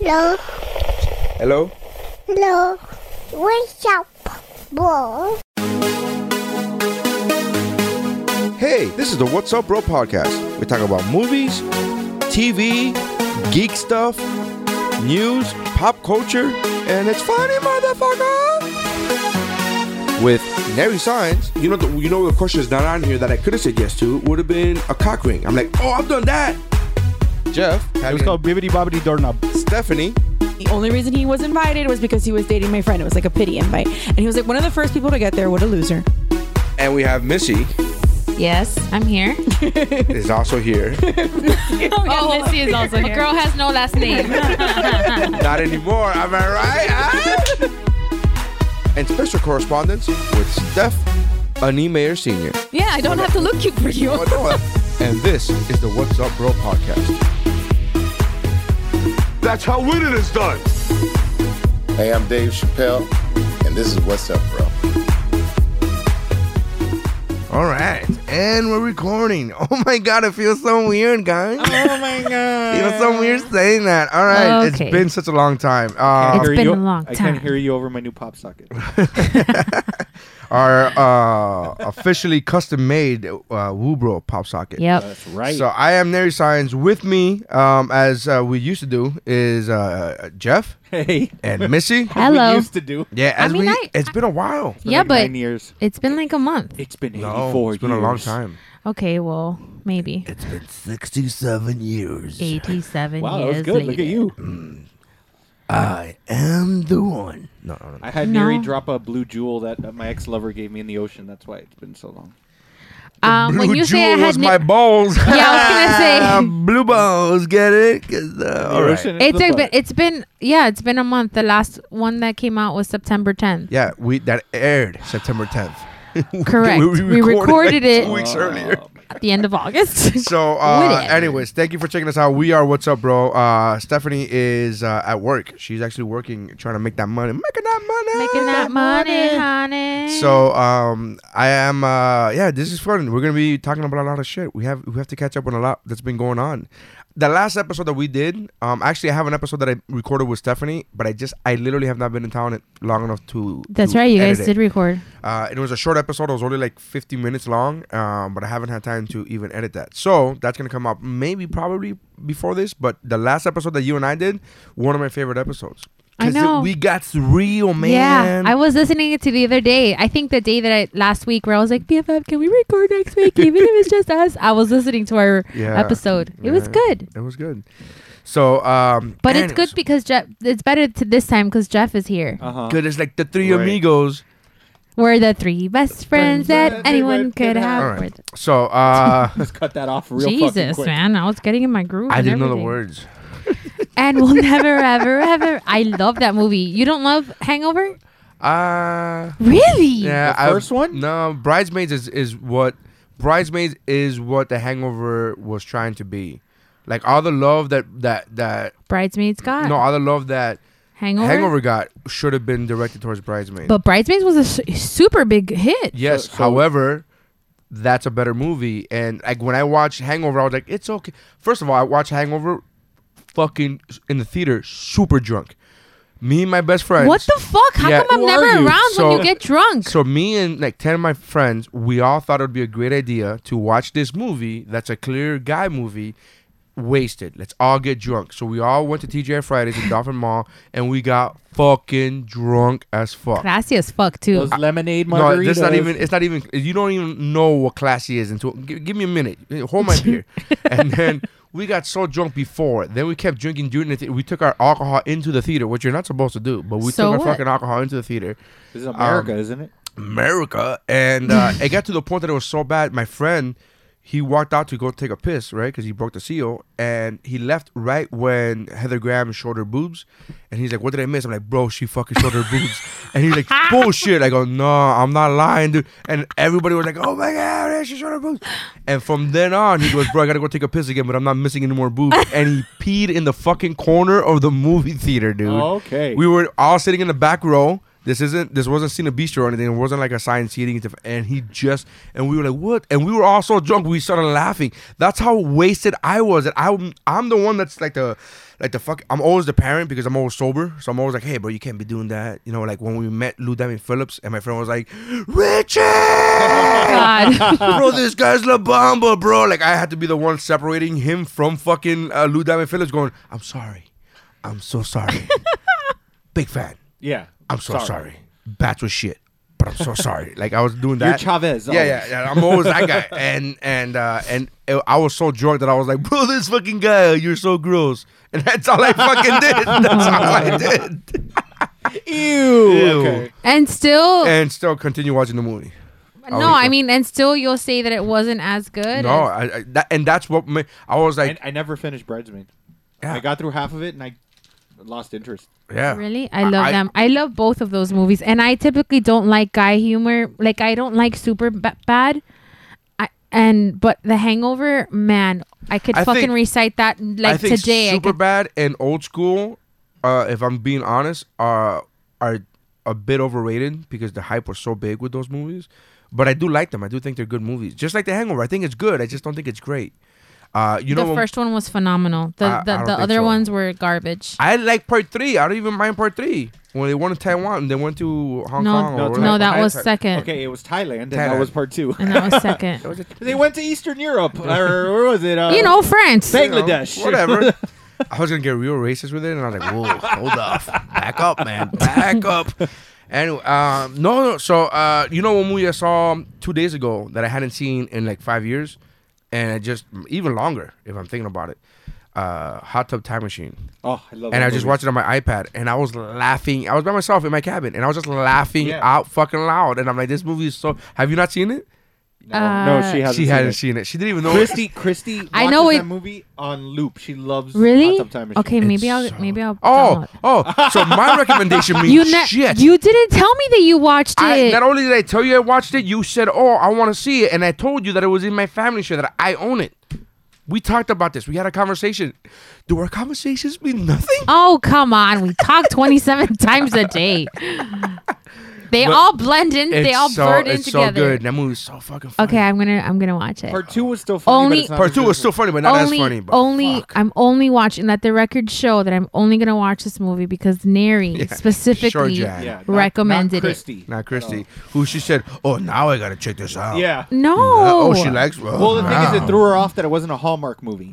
Hello, Hello? hello. Wake up, ball. Hey, this is the What's Up Bro podcast. We talk about movies, TV, geek stuff, news, pop culture, and it's funny, motherfucker. With Nary Signs, You know, the, you know, the question is not on here that I could have said yes to would have been a cock ring. I'm like, oh, I've done that. Jeff, It was called Bibbidi Bobbidi Doorknob. Stephanie, The only reason he was invited was because he was dating my friend. It was like a pity invite. And he was like one of the first people to get there. What a loser. and we have Missy Yes, I'm here. is also here. Oh, Missy is also here. A girl has no last name. not anymore, am I right? huh? and special correspondence with Steph Ani Mayer Sr. Yeah, I don't have to look cute for you. Oh, no. and this is the What's Up Bro podcast. That's how winning is done. Hey, I'm Dave Chappelle, and this is What's Up, Bro. All right, and we're recording. Oh my god, it feels so weird, guys. Oh my god. It feels so weird saying that. All right, Okay. it's been such a long time. Uh, It's Hear been you- a long I can't time. hear you over my new pop socket. our uh, officially custom made uh, Woobro pop socket. yep. That's right. So I am Nary Science. With me, um, as uh, we used to do, is uh, Jeff hey. and Missy. Hello. We used to do. Yeah, as mean, we, I- it's been a while. For Yeah, like but nine years. it's been like a month. It's been 84 No, it's been a long years. time. Okay, well, maybe It's been sixty-seven years. 87 Wow, that years was good. Look at later. you. I am the one. No, no, no. I had No. Neri drop a blue jewel that uh, my ex lover gave me in the ocean. That's why it's been so long. Um, when Blue you say I jewel had was ni- my balls. Yeah, I was gonna say. blue balls. Get it? 'Cause, uh, all the right. ocean is It's the a butt. bit, it's been yeah it's been a month. The last one that came out was September 10th. Yeah, we that aired September 10th. Correct. We recorded it. two weeks Oh, earlier. my- At the end of August. So, uh, Whatever. anyways, thank you for checking us out. We are what's up, bro. Uh, Stephanie is uh, at work. She's actually working, trying to make that money, making that money, Making that money, honey. So, um, I am. Uh, yeah, this is fun. We're gonna be talking about a lot of shit. We have we have to catch up on a lot that's been going on. The last episode that we did, um, actually, I have an episode that I recorded with Stephanie, but I just I literally have not been in town long enough to. that's to right. You guys edit it. did record. Uh, it was a short episode. It was only like 50 minutes long, um, but I haven't had time to even edit that. So that's going to come out maybe probably before this, but the last episode that you and I did, one of my favorite episodes. I 'Cause it- know. We got real, man. Yeah, I was listening to the other day. I think the day that I last week where I was like, BFF, can we record next week, even if it's just us? I was listening to our Yeah. episode. It was Yeah. good, It was good. So, um, but and it's it good was because Jeff. It's better to this time because Jeff is here. Uh-huh. Good. It's like the three Right. amigos. We're the three best friends that anyone could have. All right. So, uh, Let's cut that off real fucking Jesus, quick. man, I was getting in my groove. I and didn't know the everything. words. And we'll never, ever, ever. I love that movie. You don't love Hangover? Uh, Really? Yeah, The I- first one? No, bridesmaids is is what bridesmaids is what the Hangover was trying to be, like all the love that that that Bridesmaids got no all the love that Hangover. Hangover got should have been directed towards bridesmaids. But Bridesmaids was a su- super big hit. yes, So- so- however. That's a better movie, and like when I watched Hangover, I was like, "It's okay." First of all, I watched Hangover, fucking in the theater, super drunk. Me and my best friend. What the fuck? How Yeah. come Who I'm are never you? around So- when you get drunk? So me and like ten of my friends, we all thought it would be a great idea to watch this movie. That's a clear guy movie. Wasted. Let's all get drunk. So we all went to TJ Fridays in Dolphin Mall, and we got fucking drunk as fuck. Classy as fuck too. Those lemonade margaritas. No, this not even. It's not even. You don't even know what classy is until. gi- give me a minute. Hold my beer. and then we got so drunk before. Then we kept drinking during the. Th- we took our alcohol into the theater, which you're not supposed to do. But we So took our what? fucking alcohol into the theater. This is um, America, isn't it? America. And uh, it got to the point that it was so bad. My friend, he walked out to go take a piss, right? Because he broke the seal. And he left right when Heather Graham showed her boobs. And he's like, What did I miss? I'm like, Bro, she fucking showed her boobs. And he's like, Bullshit. I go, No, I'm not lying, dude. And everybody was like, Oh my God, yeah, she showed her boobs. And from then on, he goes, Bro, I got to go take a piss again, but I'm not missing any more boobs. And he peed in the fucking corner of the movie theater, dude. Okay. We were all sitting in the back row. This isn't. This wasn't seen a bistro or anything. It wasn't like assigned seating. And he just and we were like, what? And we were all so drunk. We started laughing. That's how wasted I was. And I I'm the one that's like the like the fuck. I'm always the parent because I'm always sober. So I'm always like, hey, bro, you can't be doing that. You know, like when we met Lou Diamond Phillips, and my friend was like, Richard. God. bro, this guy's La Bamba, bro. Like I had to be the one separating him from fucking uh, Lou Diamond Phillips. Going, I'm sorry, I'm so sorry. Big fan. Yeah. I'm so sorry. Bats was shit, but I'm so sorry. like I was doing that. You're Chavez. Yeah, yeah, always. yeah. I'm always that guy. And and uh, and it- I was so drunk that I was like, bro, this fucking guy, you're so gross. And that's all I fucking did. That's all I did. Ew. Ew. Okay. and still, And still continue watching the movie. no, I mean, and still, you'll say that it wasn't as good. No, I, I that, and that's what ma- I was I, like. I never finished Bridesmaid. Yeah. I got through half of it and I lost interest. yeah, as- really, I love I- them. I love both of those movies, and I typically don't like guy humor. Like, I don't like super ba- bad. I and but The Hangover, man, I could I fucking think- recite that like I think today. I super could bad and old school. Uh, if I'm being honest, are are a bit overrated because the hype was so big with those movies. But I do like them. I do think they're good movies. Just like The Hangover, I think it's good. I just don't think it's great. Uh, you know, the when- first one was phenomenal. The I- I the, don't the think other so. ones were garbage. I like part three. I don't even mind part three. When they went to Taiwan, they went to Hong Kong. no, or no, whatever. that was Thailand. second, Okay, it was Thailand and Thailand. that was part two. and that was second. they went to Eastern Europe or where was it? Uh, you know, France. Bang- You know, Bangladesh. whatever. I was gonna get real racist with it, and I was like, "Whoa, hold off, back up, man, back up." Anyway, um, no, no. So uh, you know, one movie I saw two days ago that I hadn't seen in like five years, and I just even longer if I'm thinking about it. Uh, Hot Tub Time Machine, Oh, I love and I that just movie. watched it on my iPad, and I was laughing. I was by myself in my cabin, and I was just laughing Yeah. out fucking loud. And I'm like, "This movie is so." Have you not seen it? No, no, she hasn't. she seen hadn't it. seen it. She didn't even know. it. Christy, Christy, I I know know it- that movie on loop. She loves Hot Really? Tub Time Machine. Okay, maybe I'll so- maybe I'll. Oh, download. oh. So my recommendation means you ne- shit. you didn't tell me that you watched it. I, not only did I tell you I watched it, you said, "Oh, I want to see it," and I told you that it was in my family share that I own it. We talked about this. We had a conversation. Do our conversations mean nothing? oh come on, we talk twenty seven times a day. They all blend in. They all so, blurred in it's together. so good. That movie's so fucking funny. Okay, I'm gonna I'm gonna watch it. Part two was still funny. Only- but it's not Part as two good was as- still funny, but not only, as funny. But only fuck. I'm only watching. Let the record show that I'm only gonna watch this movie because Neri specifically Jan. yeah, not- recommended not it. Christy. not Christy, who she said, "Oh, now I gotta check this out." Yeah. No. Oh, she likes. Oh, Well, the thing is, wow. it threw her off that it wasn't a Hallmark movie.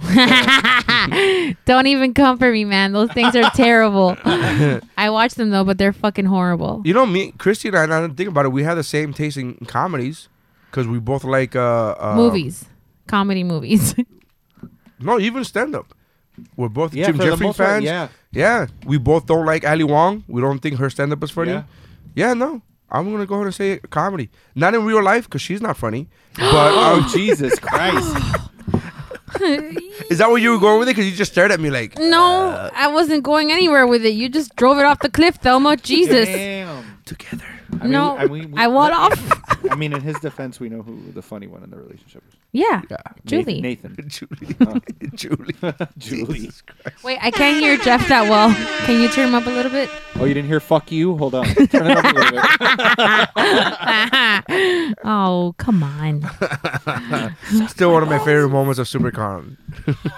Don't even come for me, man. Those things are terrible. I watch them though, but they're fucking horrible. You know, me, Christy, and I, and I didn't think about it. We had the same taste in comedies because we both like uh, uh Um, movies, comedy movies. No, even stand up. We're both Yeah, Jim for the Jeffrey most part, fans. yeah. yeah. We both don't like Ali Wong. We don't think her stand up is funny. Yeah. Yeah. no. I'm gonna go ahead and say it, comedy. Not in real life because she's not funny. But um, Oh, Jesus Christ. is that where you were going with it? Because you just stared at me like. Mm. Uh, no, I wasn't going anywhere with it. You just drove it off the cliff, Thelma. Jesus. Damn. Together. I mean, no, I, I mean, we- want but- off. I mean, in his defense, we know who the funny one in the relationship is. yeah. Julie. Nathan. Julie. Julie. Julie. Jesus Christ. Wait, I can't hear Jeff that well. Can you turn him up a little bit? Oh, you didn't hear "fuck you"? Hold on. Turn it up a little bit. oh, come on. Still one of my favorite moments of SuperCon.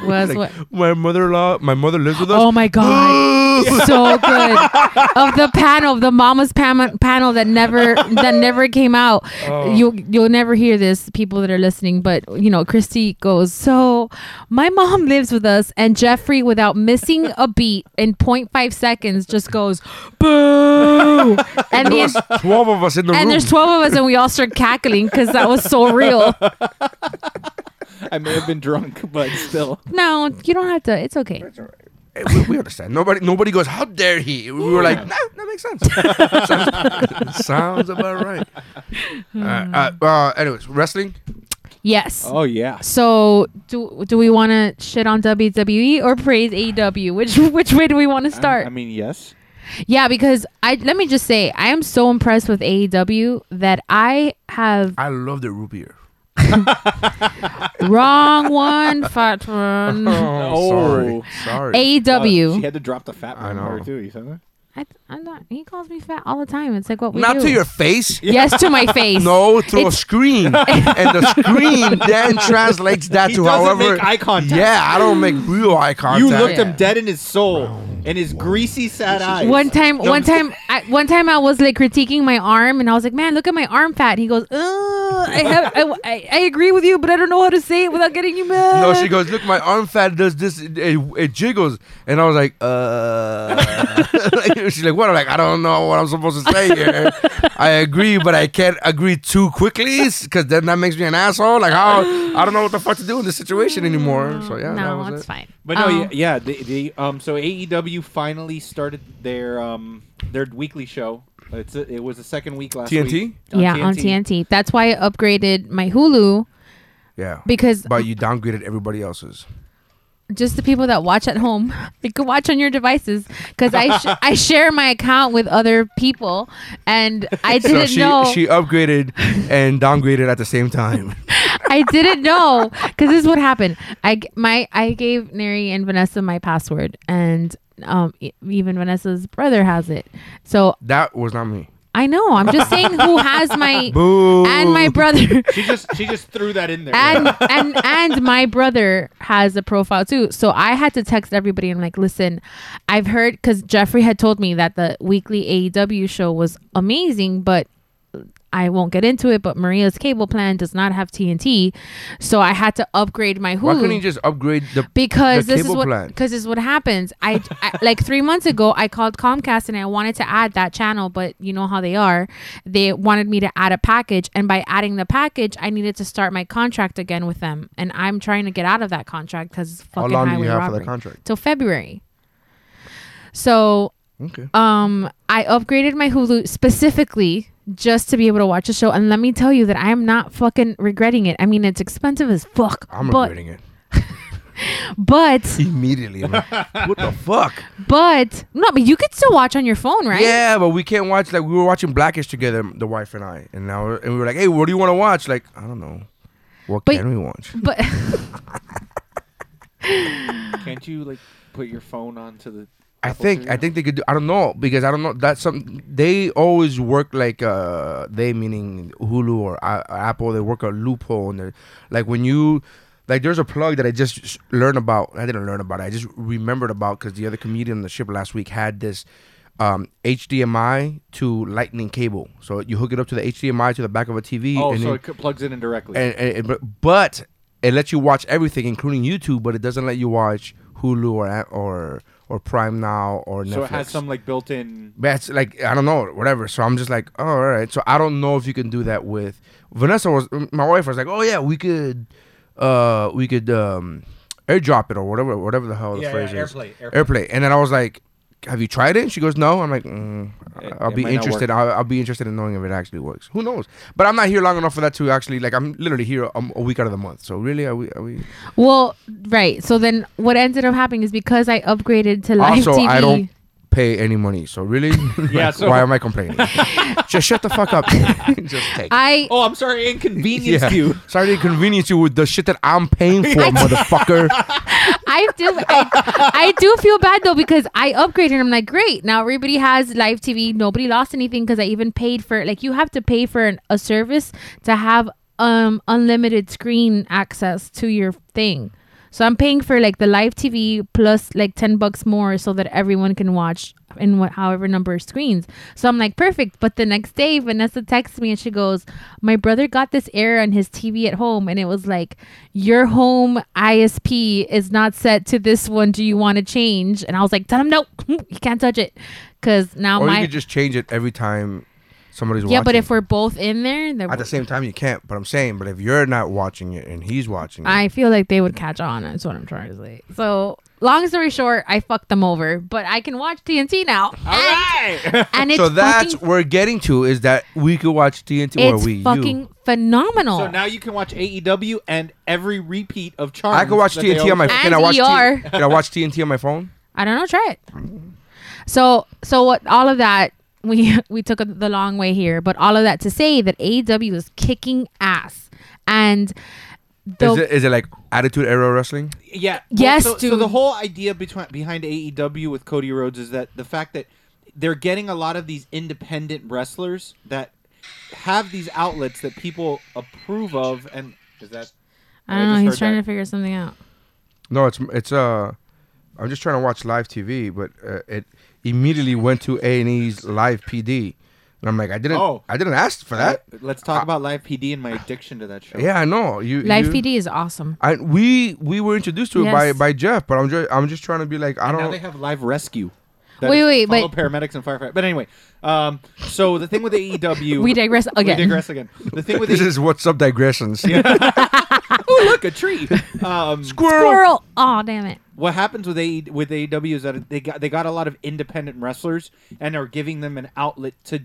Was Like, what? my mother-in-law, my mother lives with us. Oh my god, so good of the panel, the mama's pam- panel that never that never came out. You you'll never hear this, people that are listening. But you know, Christy goes. So my mom lives with us, and Jeffrey, without missing a beat in 0.5 seconds, just goes boo, and the, en- Twelve of us in the and room. there's 12 of us, and we all start cackling because that was so real. I may have been drunk, but still. No, you don't have to. It's okay. Eh, we, we understand. Nobody nobody goes, How dare he? We were like, nah, that makes sense. sounds, sounds about right. All right, uh, uh, anyways, wrestling. Yes. Oh yeah. So do do we want to shit on WWE or praise AEW? Which which way do we want to start? I mean, yes. yeah, because I let me just say I am so impressed with AEW that I have I love the root beer. wrong one, fat one. Oh, sorry. Oh. Sorry. AEW. Uh, She had to drop the fat I one know. part too. You said that. I, I'm not. He calls me fat all the time. It's like what we Not do. to your face. Yes, to my face. No, through a It's- screen, and the screen then translates that He to doesn't however. make eye contact. Yeah, I don't make real eye contact. You looked Yeah. him dead in his soul and his greasy, sad eyes. One time, No, one time, I, one time I was like critiquing my arm, and I was like, "Man, look at my arm fat." And he goes, Ugh, "I have, I, I, I agree with you, but I don't know how to say it without getting you mad." No, she goes, look, my arm fat does this. It, it, it jiggles, and I was like, uh. She's like, what? I'm like, I don't know what I'm supposed to say here. I agree, but I can't agree too quickly because then that makes me an asshole. Like, how? I don't know what the fuck to do in this situation anymore. So yeah, that no, was it's it. fine. But no, Um, yeah, yeah the, the um so AEW finally started their um their weekly show. It's a, it was the second week last TNT? week. yeah, on TNT. That's why I upgraded my Hulu Yeah, because but you downgraded everybody else's. just the people that watch at home you can watch on your devices because I, sh- I share my account with other people and i So didn't she know she upgraded and downgraded at the same time. i didn't know because this is what happened i g- my i gave neri and vanessa my password and um e- even vanessa's brother has it so That was not me. i know i'm just saying who has my Boo. and my brother She just she just threw that in there. and and and my brother has a profile too so i had to text everybody and like listen i've heard because jeffrey had told me that the weekly aew show was amazing but i won't get into it but maria's cable plan does not have tnt so i had to upgrade my hulu Why couldn't you just upgrade the because the this is cable what plan? because this is what happens. I, I like three months ago I called Comcast and I wanted to add that channel, but you know how they are. They wanted me to add a package, and by adding the package, I needed to start my contract again with them, and I'm trying to get out of that contract because How fucking long do highway you have for robbery. that contract? Till February. So Okay. um I upgraded my Hulu specifically just to be able to watch the show and let me tell you that I am not fucking regretting it. I mean it's expensive as fuck. I'm but, upgrading it But immediately. I'm like, what the fuck? But no, but you could still watch on your phone, right? Yeah, but we can't watch like we were watching Blackish together, the wife and I, and now and we were like, hey, what do you want to watch? Like, I don't know. What But- can we watch? But Can't you like put your phone onto the I Apple think TV? I think they could do. I don't know because I don't know. That's something they always work like uh they meaning Hulu or I Apple. They work a loophole and they're like when you like there's a plug that I just s- learned about. I didn't learn about. it. I just remembered about because the other comedian on the ship last week had this um HDMI to Lightning cable. So you hook it up to the HDMI to the back of a TV. Oh, and so then- it c- plugs it in directly. and, and, and- but, but it lets you watch everything, including YouTube, but it doesn't let you watch Hulu or a- or or Prime Now or Netflix. so it has some like built-in But it's like I don't know, whatever. So I'm just like, oh, all right. So I don't know if you can do that with Vanessa. Was my wife was like, oh yeah, we could, uh, we could um, airdrop it or whatever, whatever the hell the Yeah, phrase yeah, is. airplay, airplay. And then I was like, have you tried it? And she goes, no. I'm like, mm, It- I'll it be might not interested. I'll, I'll be interested in knowing if it actually works. Who knows? But I'm not here long enough for that to actually like. I'm literally here um, a week out of the month. So really, are we? Are we? well, right. So then what ended up happening is because I upgraded to live Also, TV. I don't pay any money. So really, Yeah, Like, so- why am I complaining? just shut the fuck up. just take. it. I Oh, I'm sorry, I inconvenienced you. Sorry to inconvenience you with the shit that I'm paying for, motherfucker. I do I, I do feel bad though because I upgraded and I'm like, great, now everybody has live TV. Nobody lost anything because I even paid for like you have to pay for an, a service to have um unlimited screen access to your thing. So I'm paying for like the live TV plus like ten bucks more so that everyone can watch in what however number of screens. So I'm like perfect. But the next day Vanessa texts me and she goes, My brother got this error on his TV at home and it was like your home ISP is not set to this one. Do you want to change? And I was like, Tell him no, you can't touch it. Cause now or my you could just change it every time somebody's watching. Yeah, but if we're both in there, then at the same time you can't. But I'm saying, but if you're not watching it and he's watching it, I feel like they would catch on. That's what I'm trying to say. So, long story short, I fucked them over, but I can watch TNT now. All right. and, it's so that's fucking, what we're getting to is that we could watch TNT or it's we you. fucking phenomenal. So now you can watch AEW and every repeat of Charmed. I could watch that they TNT on my always- can And I watch T- ER. can I watch TNT on my phone? I don't know. Try it. So so what? All of that we we took the long way here, but all of that to say that AEW is kicking ass and. The, Is it, is it like Attitude Era Wrestling? Yeah. Yes, so, So dude. E the whole idea between, behind AEW with Cody Rhodes is that the fact that they're getting a lot of these independent wrestlers that have these outlets that people approve of. And is that? I don't know. just Uh, He's heard trying that. to figure something out. No, it's it's uh, I'm just trying to watch live TV, but uh, it immediately went to A and E's live PD, and I'm like, I didn't, Oh. I didn't ask for that. Let's talk about Live PD and my addiction to that show. Yeah, I know you. Life you- PD is awesome. I, we we were introduced to it by Yes. by Jeff, but I'm just I'm just trying to be like I And don't. now they have live rescue. that Wait, is wait, follow but- paramedics and firefighters. But anyway, um, so the thing with AEW, We digress again. We digress again. The thing with this AEW, is what's up digressions. oh look, a tree. Um, Squirrel. Oh damn it. what happens with AE, with AEW is that they got they got a lot of independent wrestlers and are giving them an outlet to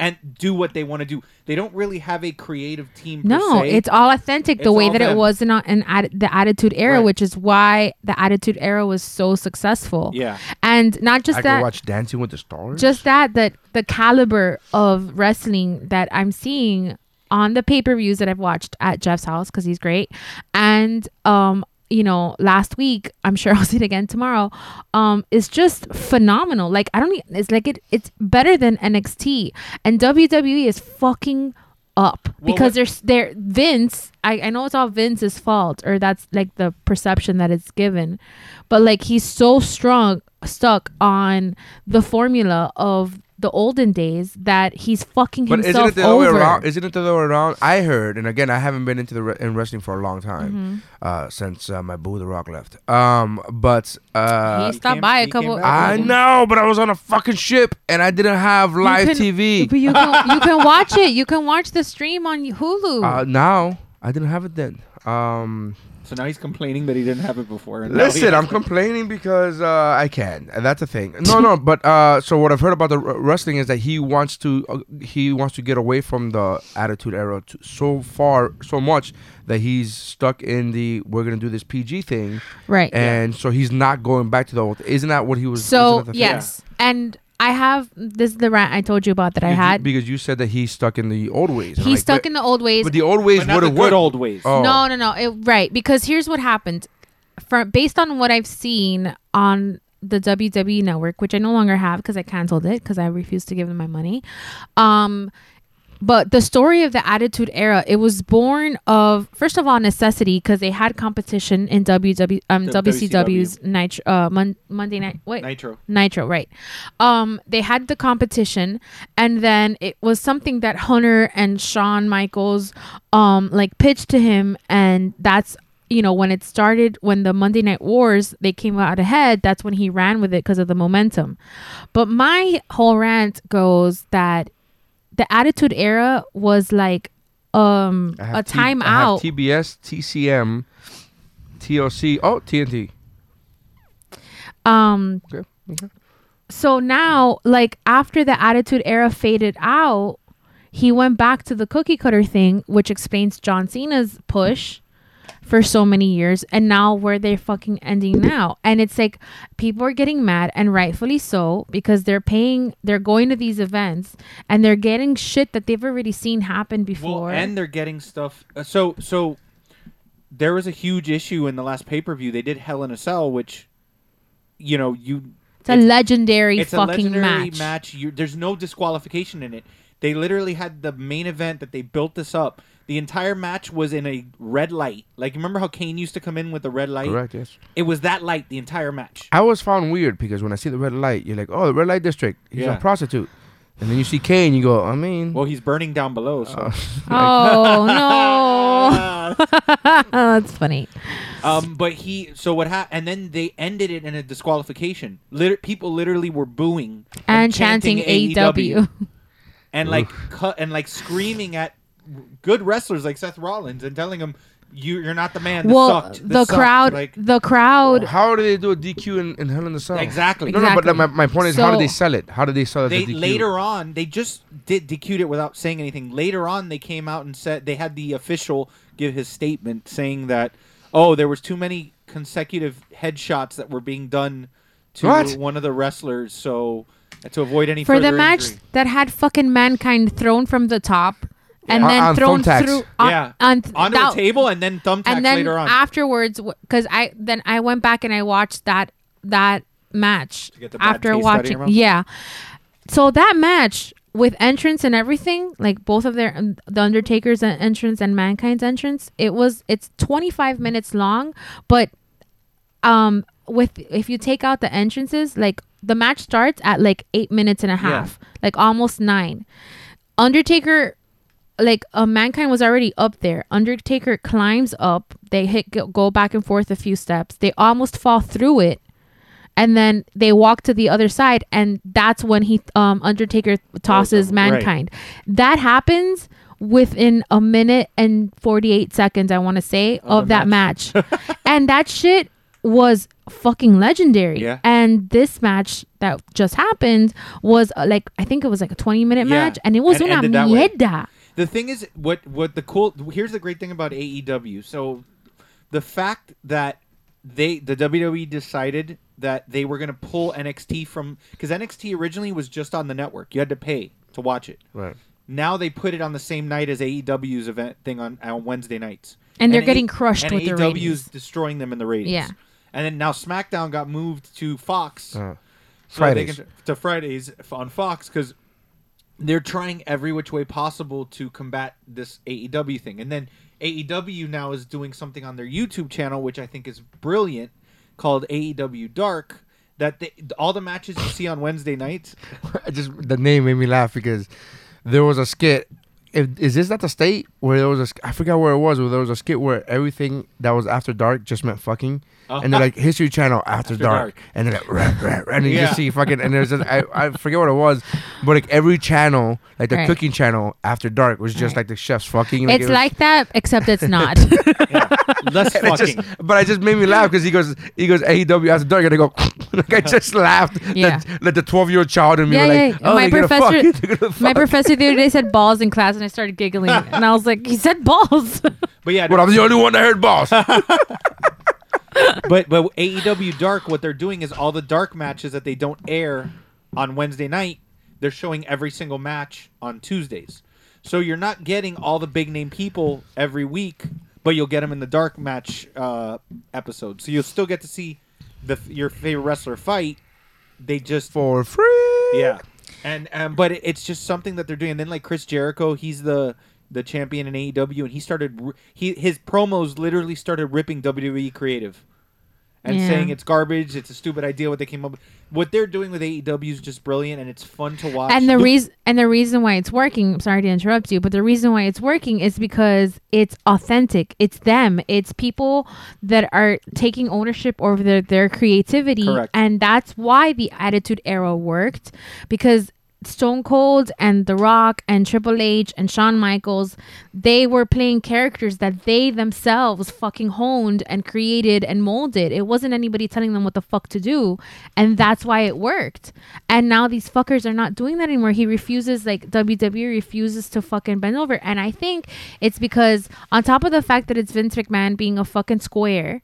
and do what they want to do. They don't really have a creative team. per No, se. it's all authentic It's the way all that them. it was in, in atti- the Attitude Era, Right. which is why the Attitude Era was so successful. Yeah. and not just I that, can watch Dancing with the Stars. just that that the caliber of wrestling that I'm seeing on the pay per views that I've watched at Jeff's house because he's great, and um, you know, last week I'm sure I'll see it again tomorrow. Um, it's just phenomenal. Like I don't, e- it's like it, it's better than NXT and WWE is fucking up because what- there's there Vince I, I know it's all Vince's fault or that's like the perception that it's given but like he's so strong stuck on the formula of the olden days that he's fucking but isn't himself it the other way over around? Isn't it the other way around? I heard, and again, I haven't been into the re- in wrestling for a long Mm-hmm. time, uh, since uh, my boo The Rock left. Um, but uh, he stopped came- by a he came couple back. I Mhm. know, but I was on a fucking ship and I didn't have You live can- TV. but you can, you can watch it you can watch the stream on Hulu Uh, now I didn't have it then. Um, so now he's complaining that he didn't have it before. and now he listen, has I'm it. complaining because uh, I can. And that's the thing. No, no, but uh, so what I've heard about the r- wrestling is that he wants to uh, he wants to get away from the Attitude Era to, so far so much that he's stuck in the we're gonna do this PG thing, right and so he's not going back to the old. Isn't that what he was? so isn't that the thing? yes and I have this is the rant I told you about that I Because you- had because you said that he's stuck in the old ways. And I'm he's like, stuck but- in the old ways But the old ways But not would the have good worked. old ways. Oh. No, no, no. It, right, because here's what happened. From based on what I've seen on the WWE network, which I no longer have because I canceled it because I refused to give them my money. Um, but the story of the Attitude Era, it was born of first of all necessity because they had competition in WW um, The WCW's Nitro uh, Mon- Monday Night. Wait, Nitro. Nitro, right. Um, they had the competition and then it was something that Hunter and Shawn Michaels um like pitched to him and that's you know when it started when the Monday Night Wars they came out ahead, that's when he ran with it because of the momentum. But my whole rant goes that the Attitude Era was like um I have a T- time I have out. TBS, TCM, TLC. Oh, TNT. um Okay. okay. so now like after the attitude era faded out he went back to the cookie cutter thing which explains john cena's push for so many years and now where they're fucking ending now and it's like people are getting mad and rightfully so because they're paying they're going to these events and they're getting shit that they've already seen happen before Well, and they're getting stuff. Uh, so so there was a huge issue in the last pay per view. They did Hell in a Cell, which you know you it's a legendary it's fucking a legendary match, You, there's no disqualification in it. They literally had the main event that they built this up. The entire match was in a red light. Like remember how Kane used to come in with the red light? Correct. Yes. It was that light the entire match. I always found weird because when I see the red light, you're like, oh, the red light district. He's Yeah. a prostitute. And then you see Kane, you go, I mean, Well, he's burning down below. So. oh no Oh, that's funny Um, but he so what happened, and then they ended it in a disqualification. Liter- people literally were booing and chanting E AEW. E and like cut and like screaming at good wrestlers like Seth Rollins and telling him you you're not the man. This well, sucked. This the sucked." crowd, like oh, the crowd. how do they do a DQ in, in Hell in the Cell? exactly. No, no, but Exactly. like, my, my point is, how So- did they sell it? How did they sell it? They later on they just did DQ'd it without saying anything. Later on they came out and said they had the official give his statement saying that oh there was too many consecutive headshots that were being done to What? one of the wrestlers so to avoid any For the further match injury. that had fucking mankind thrown from the top and Yeah. then On- on thrown thumbtacks. through on, yeah on th- onto that- a table and then thumbtacks and then later on. afterwards because I then I went back and I watched that that match get the Brad after taste out of watching. your mouth? Yeah. So that match with entrance and everything, like both of their the Undertaker's en- entrance and Mankind's entrance, it was it's 25 minutes long, but um with if you take out the entrances, like the match starts at like 8 minutes and a half, like almost 9. Undertaker like uh, mankind was already up there undertaker climbs up they hit go- go back and forth a few steps they almost fall through it and then they walk to the other side and that's when he um undertaker tosses right. mankind that happens within a minute and 48 seconds i want to say of, that match, and that shit was fucking legendary Yeah. and this match that just happened was uh, like i think it was like a 20 minute Yeah. match and it was And una ended that way. mierda The thing is, what what the cool here's the great thing about AEW. So, the fact that they the WWE decided that they were going to pull NXT from because NXT originally was just on the network. You had to pay to watch it. Right. Now they put it on the same night as AEW's event thing on, on Wednesday nights. And they're A- E getting crushed and with the AEW's ratings. destroying them in the ratings. Yeah. And then now SmackDown got moved to Fox. So Uh, Fridays. They can, to Fridays f- on Fox because they're trying every which way possible to combat this AEW thing. And then AEW now is doing something on their YouTube channel, which I think is brilliant, called AEW Dark. That they, all the matches you see on Wednesday nights, I just the name made me laugh because there was a skit. If, is this not the state where there was a? sk- I forgot where it was. Where there was a skit where everything that was after dark just meant fucking, and they're like History Channel after, dark. dark. and they're like rah, rah, rah, and you Yeah. just see fucking and there's just, I I forget what it was, but like every channel like the Right. cooking channel after dark was just like the chefs fucking. it It's was- like that, except it's not. less and it just- fucking. but I just made me laugh because he goes, he goes AEW after dark, and I go, like I just laughed. Yeah. Let, let the twelve year old child in me yeah, like, yeah. oh, my they're gonna fuck. professor, They're gonna my fuck." professor the other day said balls in class, and I started giggling, and I was like, "He said balls." But yeah, But I'm the only one that heard boss. but but AEW Dark, what they're doing is all the dark matches that they don't air on Wednesday night, they're showing every single match on Tuesdays. So you're not getting all the big name people every week, but you'll get them in the dark match uh, episode. So you'll still get to see the your favorite wrestler fight. They just for free. yeah, and um, but it, it's just something that they're doing. And then like Chris Jericho, he's the the champion in AEW, and he started r- he his promos literally started ripping WWE creative and Yeah. saying it's garbage, it's a stupid idea what they came up with. What they're doing with AEW is just brilliant, and it's fun to watch. and the reason and the reason why it's working. I'm sorry to interrupt you, but the reason why it's working is because it's authentic. It's them. It's people that are taking ownership over their their creativity, Correct. and that's why the Attitude Era worked because. Stone Cold and The Rock and Triple H and Shawn Michaels, they were playing characters that they themselves fucking honed and created and molded. It wasn't anybody telling them what the fuck to do. And that's why it worked. And now these fuckers are not doing that anymore. He refuses, like, WWE refuses to fucking bend over. And I think it's because, on top of the fact that it's Vince McMahon being a fucking square,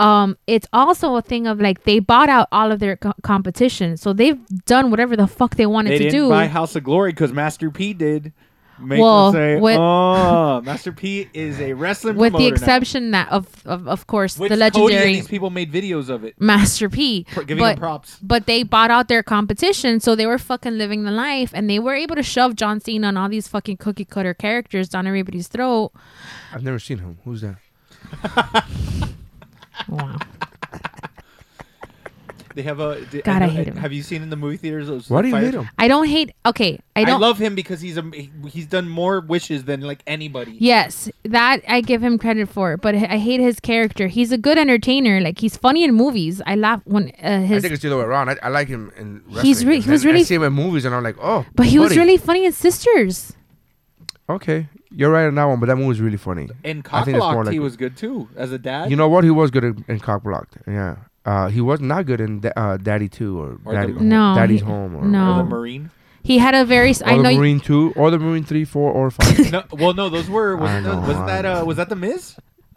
um it's also a thing of like they bought out all of their co- competition so they've done whatever the fuck they wanted they to didn't do buy House of Glory because Master P did. Make Well, them say, with- "Oh, Master P is a wrestling with the promoter now." exception that of of, of course Which the Cody and legendary these people made videos of it. Master P. Pro- giving but, him props. But they bought out their competition, so they were fucking living the life, and they were able to shove John Cena and all these fucking cookie cutter characters down everybody's throat. I've never seen him. Who's that? Wow. They have a. Did, God, know- I hate him. Have you seen in the movie theaters? those Why do you fire- hate him? I don't hate. Okay, I I, don't. love him because he's a he's done more wishes than like anybody. yes, that I give him credit for, but I I hate his character. He's a good entertainer. Like he's funny in movies. I laugh when uh, I his. think it's the other way around. I, I like him in wrestling. He's re- he And was then I really- see him in movies, and I'm like, oh. But he was buddy. really funny in Sisters. okay. You're right on that one, but that movie was really funny. And I think it's more Cockblocked, like- he was good too as a dad. You know what? He was good in, in Cock Blocked. Yeah. Uh, he was not good in da- uh, Daddy Two or, Or Daddy, the- No, Daddy's he- Home or, no. or the um, Marine. He had a very. s- or I the know. you- Marine Two or the Marine Three, Four, or Five. No, well, no, those were I wasn't, know, those- wasn't I that uh, was that the Miz?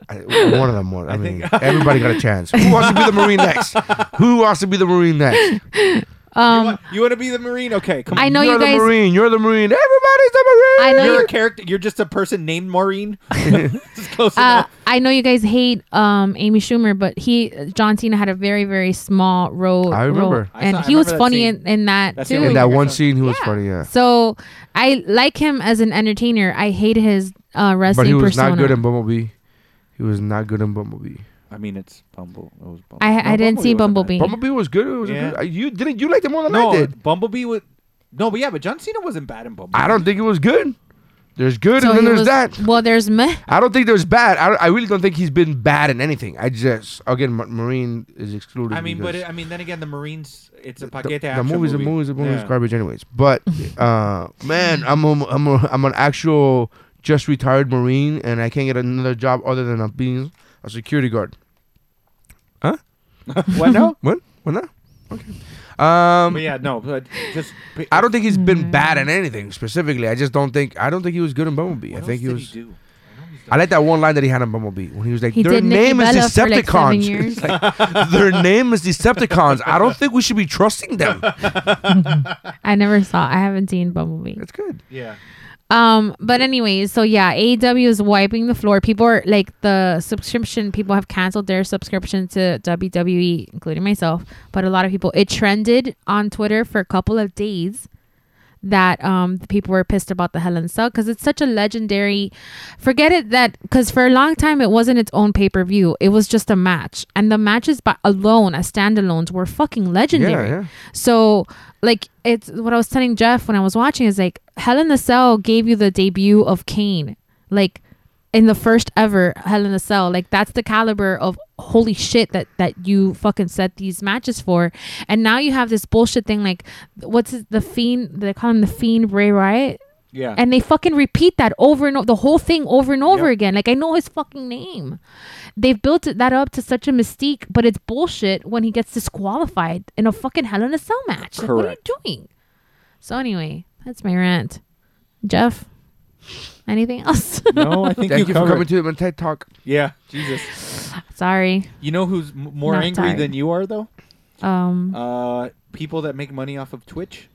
I- one of them. One. I, I mean, think- everybody got a chance. Who wants to be the Marine next? Who wants to be the Marine next? you, Um, want, you want to be the marine? Okay, come on. I know You're you the guys. Marine. You're the Marine. Everybody's the Marine. I know You're you a character. You're just a person named Maureen. It's close Uh, enough. I know you guys hate um, Amy Schumer, but he John Cena had a very very small role. I remember. role, I and saw- I he was remember that funny scene. in, in that That's the too. only In Yeah. that one scene, he was funny. Yeah, So I like him as an entertainer. I hate his uh, wrestling but he was persona. not good in Bumblebee. He was not good in Bumblebee. I mean, it's Bumble. It was Bumble. I, I No, didn't see wasn't bad. Bumblebee. Bumblebee was good. It was a Yeah. good. uh, You didn't. You liked it more than I No, did. Bumblebee was. No, but yeah, but John Cena wasn't bad in Bumblebee. I don't think it was good. There's good So and then he there's was- that. Well, there's meh. I don't think there's bad. I, don't- I really don't think he's been bad in anything. I just again, Ma- Marine is excluded. I mean, but because it, I mean, then again, the Marines. It's a the, paquete the action movies, the movie. movies, the movies, Yeah. garbage, anyways. But uh, man, I'm a, I'm a, I'm an actual just retired Marine, and I can't get another job other than uh, being a security guard. What no? What? What now? Okay. Um, But yeah, no. But just. but I don't think he's been Mm. bad in anything specifically. I just don't think I don't think he was good in Bumblebee. what I think else he did was. do? I like that one line that he had in Bumblebee when he was like, He "Their did Nikki name is Bella for like seven Decepticons." years. It's like, Their name is Decepticons. I don't think we should be trusting them. I never saw. I haven't seen Bumblebee. That's good. Yeah. Um, but anyways, so yeah, AEW is wiping the floor. People are like the subscription. People have canceled their subscription to WWE, including myself. But a lot of people. It trended on Twitter for a couple of days that um the people were pissed about the Hell in a Cell because it's such a legendary. Forget it that because for a long time it wasn't its own pay per view. It was just a match, and the matches by alone as standalones were fucking legendary. yeah. So like it's what I was telling Jeff when I was watching is like Hell in a Cell gave you the debut of Kane. Like in the first ever Hell in a Cell. Like that's the caliber of holy shit that that you fucking set these matches for. And now you have this bullshit thing like what's his, the fiend they call him the fiend Bray Wyatt. Yeah. And they fucking repeat that over and over, the whole thing over and over Yep. again. Like I know his fucking name. They've built it- that up to such a mystique, but it's bullshit when he gets disqualified in a fucking Hell in a Cell match. Like, what are Correct. you doing? So anyway, that's my rant. Jeff, anything else? no, I think Thank you, you for covered. coming to the TED Talk. yeah. Jesus. Sorry. You know who's m- more Not angry sorry. than you are though? Um, Uh, people that make money off of Twitch.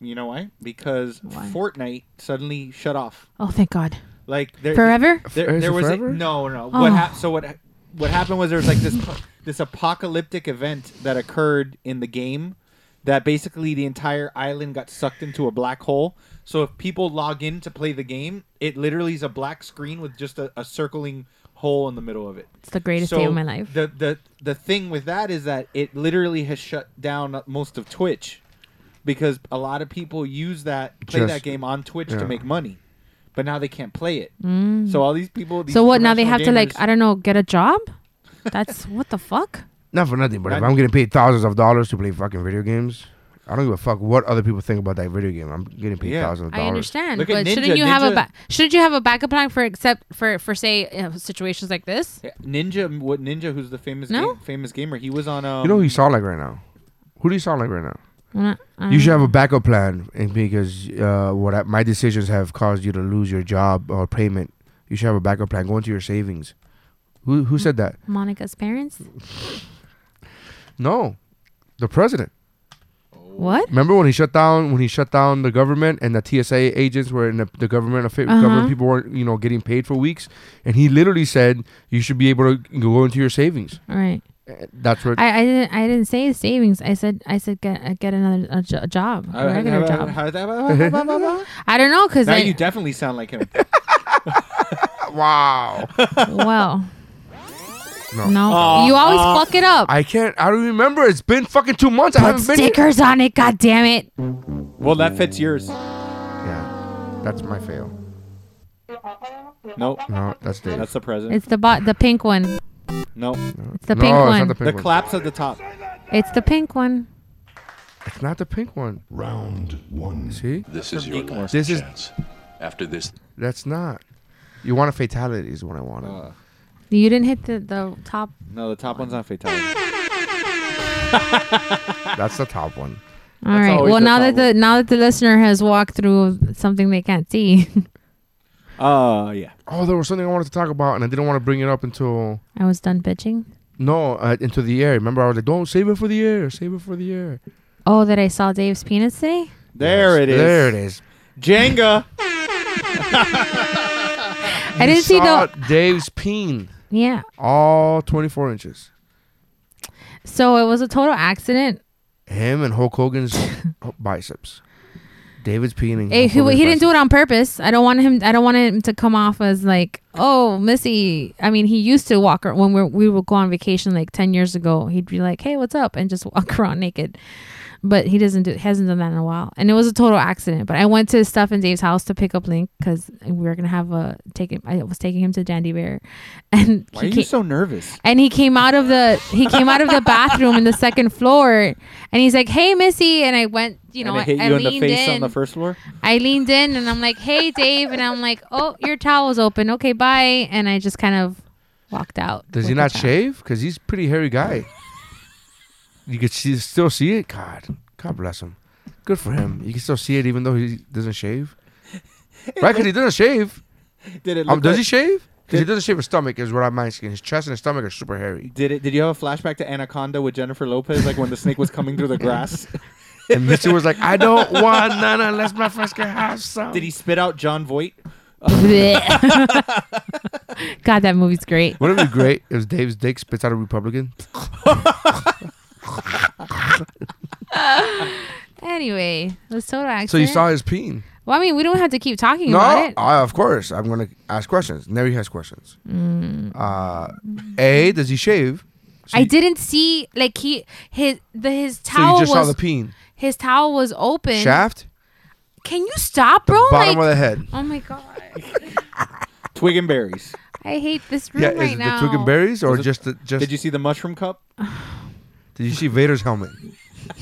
You know why? Because Why? Fortnite suddenly shut off. oh, thank God. Like there, Forever? There, Is there it was a, forever? no, no. Oh. What hap- so what? ha- What happened was there was like this this apocalyptic event that occurred in the game that basically the entire island got sucked into a black hole. So if people log in to play the game, it literally is a black screen with just a, a circling hole in the middle of it. It's the greatest day of my life. The the the thing with that is that it literally has shut down most of Twitch because a lot of people use that play Just- that game on Twitch yeah. to make money, but now they can't play it. So all these people. These Mm. so what? Now they have professional to like gamers- I don't know, get a job. That's what the fuck. Not for nothing, but if Not- I'm getting paid thousands of dollars to play fucking video games, I don't give a fuck what other people think about that video game. I'm getting paid Yeah. thousands of I dollars. understand, Look at but Ninja. shouldn't you have Ninja- a ba- shouldn't you have a backup plan for except for for say uh, situations like this? Ninja, what Ninja? Who's the famous No? game, famous gamer? He was on. Um, You know who you sound like right now? Who do you sound like right now? Mm, uh, You should have a backup plan, and because uh, what I, my decisions have caused you to lose your job or payment, you should have a backup plan. Go into your savings. Who who said that? Monica's parents. No, the president. What? Remember when he shut down when he shut down the government and the TSA agents were in the, the government affa- Uh-huh. government people weren't you know getting paid for weeks, and he literally said you should be able to go into your savings. All right. Eh, That's what. I, I didn't I didn't say savings. I said I said get uh, get another a, jo- a job, a regular job. I don't know because now I you definitely sound like him. wow. well. No. No, you always fuck it up. I can't. I don't remember. It's been fucking two months. I Put haven't been. here. stickers on it. God damn it. well, that fits yours. Yeah, that's my fail. No, No, that's Dave. that's the president. It's the bo- the pink one. No, It's the no, pink it's one. not the pink the one. claps at the top. it's the pink one. it's not the pink one. Round one. See, This is your last This is- chance. After this, that's not. You want a fatality is what I wanted. Uh. You didn't hit the, the top. No, the top one's not fatality. that's the top one. All right. always Well, the now top that the now that the listener has walked through something they can't see, Uh, yeah. Oh, there was something I wanted to talk about, and I didn't want to bring it up until I was done bitching. no, uh, into the air. Remember, I was like, "Don't save it for the air. Save it for the air." Oh, that I saw Dave's penis today. There it is. There it is. Jenga. I didn't see Saw the. Dave's peen. Yeah. All 24 inches. So it was a total accident. Him and Hulk Hogan's biceps. David's peening. Hey, Hulk he, Hogan's he didn't do biceps. it on purpose. I don't want him. I don't want him to come off as like, oh, Missy. I mean, he used to walk ar- when we we would go on vacation like ten years ago. He'd be like, hey, what's up, and just walk around naked. But he doesn't do hasn't done that in a while, and it was a total accident. But I went to Steph and Dave's house to pick up Link because we were gonna have a take. Him, I was taking him to Dandy Bear, and Why are he you came, so nervous? and he came out of the he came out of the bathroom in the second floor, and he's like, hey, Missy, and I went, you know, and it hit I, I you in the leaned face in. on the first floor. I leaned in and I'm like, "Hey, Dave," and I'm like, "Oh, your towel's open. Okay, bye." And I just kind of walked out. Does he with not the towel. shave? Because he's a pretty hairy guy. you could see, still see it. God, God bless him. Good for him. You can still see it even though he doesn't shave. Right? Because he doesn't shave. Did it? Um, look does like- he shave? Because he Did- doesn't shave his stomach, is what I'm asking. His chest and his stomach are super hairy. Did it? Did you have a flashback to Anaconda with Jennifer Lopez, like when the snake was coming through the grass? And Mister was like, I don't want none unless my friends can have some. Did he spit out John Voight? Bleh. God, that movie's great. Wouldn't it be great if Dave's dick spits out a Republican? Anyway, it was total accident. So you saw his peen. Well, I mean, we don't have to keep talking No, Oh, about it. I- of course. I'm going to ask questions. Never has questions. Mm. Uh, a, does he shave? So I you- didn't see like he his the his So you towel just saw was the peen. his towel was open. Shaft? Can you stop, bro? Bottom like, of the head. oh my god, Twig and berries. I hate this room Yeah, right is it now. the twig and berries or Was it- just the, just Did you see the mushroom cup? did you see Vader's helmet?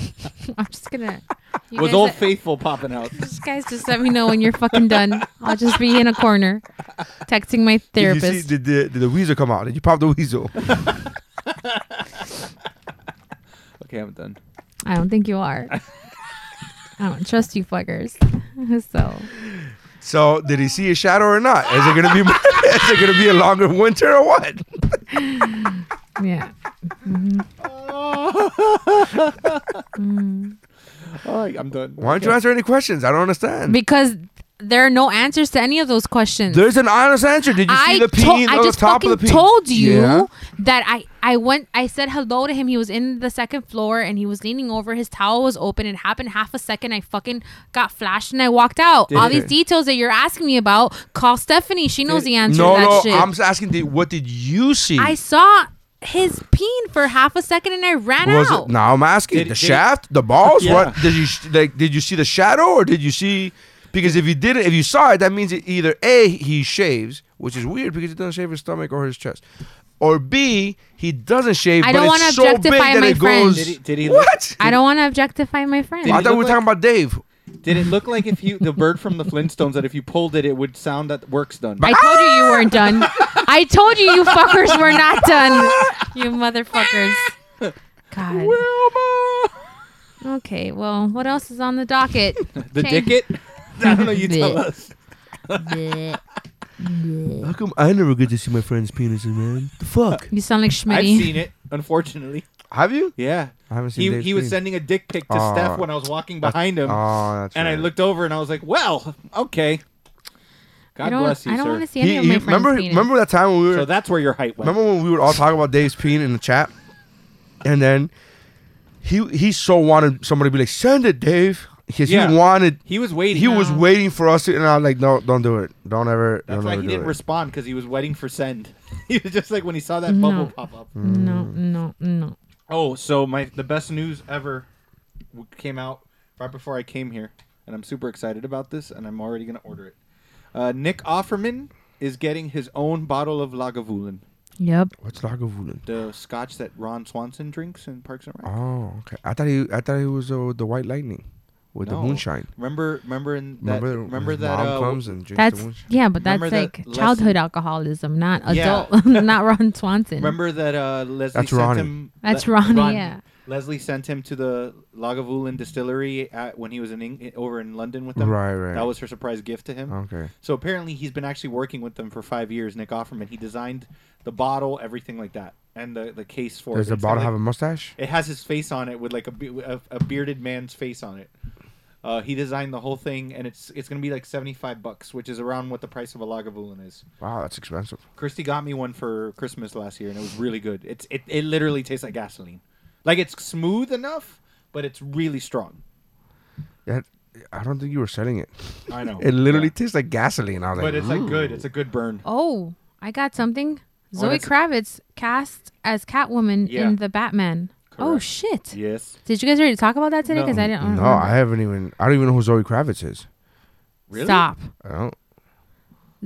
I'm just gonna. you Was guys- Old Faithful popping out? Just guys, just let me know when you're fucking done. I'll just be in a corner texting my Did you therapist. see did the, did the weasel come out? Did you pop the weasel? Okay, I'm done. I don't think you are. I don't trust you fuckers. so so did he see a shadow or not? Is it gonna be is it gonna be a longer winter or what? yeah. Oh, I'm done. Why don't you answer any questions? I don't understand. Because there are no answers to any of those questions. There's an honest answer. Did you see I, the to- peen I on the just top fucking of the peen? told you Yeah. that I, I went I said hello to him. He was in the second floor and he was leaning over. His towel was open. It happened half a second. I fucking got flashed and I walked out. All these details that you're asking me about, call Stephanie. She knows the answer No, to that no. shit. I'm just asking. Did, what did you see? I saw his peen for half a second and I ran was out. it? Now I'm asking. Did- the did- shaft, the balls. Yeah. What did you sh- like? Did you see the shadow, or did you see? Because if you didn't, if you saw it, that means it either a he shaves, which is weird because he doesn't shave his stomach or his chest, or b he doesn't shave. I but don't it's wanna so big objectify that my it friend. goes. Did he- did he look- what? I don't want to objectify my friend. I Did he thought we were look talking about Dave. Did it look like if you the bird from the Flintstones that if you pulled it, it would sound that work's done? I told you you weren't done. I told you you fuckers were not done. You motherfuckers. God. Okay, well, what else is on the docket? The Okay. dicket? I don't know. You tell Bleh. us. How come I never get to see my friend's penises, man? The fuck? You sound like I've Schmitty. seen it, unfortunately. Have you? Yeah. I haven't seen. He, Dave's he was penis. sending a dick pic to Oh. Steph when I was walking behind him. Oh, that's and I right. looked over and I was like, well, okay. I God don't, bless you, I don't sir. want to see any He, of he- my friends. remember, penis. remember that time when we were so that's where your height went. Remember when we would all talk about Dave's peen in the chat, and then he he so wanted somebody to be like, "Send it, Dave," because Yeah. he wanted he was waiting. he was waiting for us to, and I'm like, "No, don't do it, don't ever." That's don't why ever he do didn't it." respond because he was waiting for send. he was just like when he saw that No. bubble pop up. No, no, no. Oh, so my the best news ever w- came out right before I came here, and I'm super excited about this, and I'm already gonna order it. Uh, Nick Offerman is getting his own bottle of Lagavulin, Yep. What's Lagavulin? the Scotch that Ron Swanson drinks in Parks and Rec. Oh, okay. I thought he I thought he was uh, the White Lightning with No. the moonshine. Remember, remember in that. Remember, Remember, his that. mom uh, comes and drinks That's the moonshine. yeah, but that's Remember like that childhood lesson- alcoholism, not Yeah. adult, not Ron Swanson. remember that uh, Leslie That's sent Ronnie. him. That's Le- Ronnie, yeah. Leslie sent him to the Lagavulin distillery at, when he was in Eng- over in London with them. Right, right. Uh-huh. That was her surprise gift to him. Okay. So apparently he's been actually working with them for five years, Nick Offerman. He designed the bottle, everything like that. and the, the case for Does it. the It's got, bottle like- have a mustache? It has his face on it with like a be- a, a bearded man's face on it. Uh, he designed the whole thing, and it's it's gonna be like seventy five bucks, which is around what the price of a Lagavulin is. Wow, that's expensive. Christy got me one for Christmas last year, and it was really good. It's it, it literally tastes like gasoline. Like it's smooth enough, but it's really strong. That I don't think you were selling it. I know. It literally tastes like gasoline. I was but like, it's like good. It's a good burn. Oh, I got something. Zoe that's- Kravitz cast as Catwoman Yeah. in the Batman. Oh Correct. shit! Yes. Did you guys already talk about that today? Because I didn't. no, Mm. I haven't even. I don't even know who Zoe Kravitz is. Really? Stop. I don't.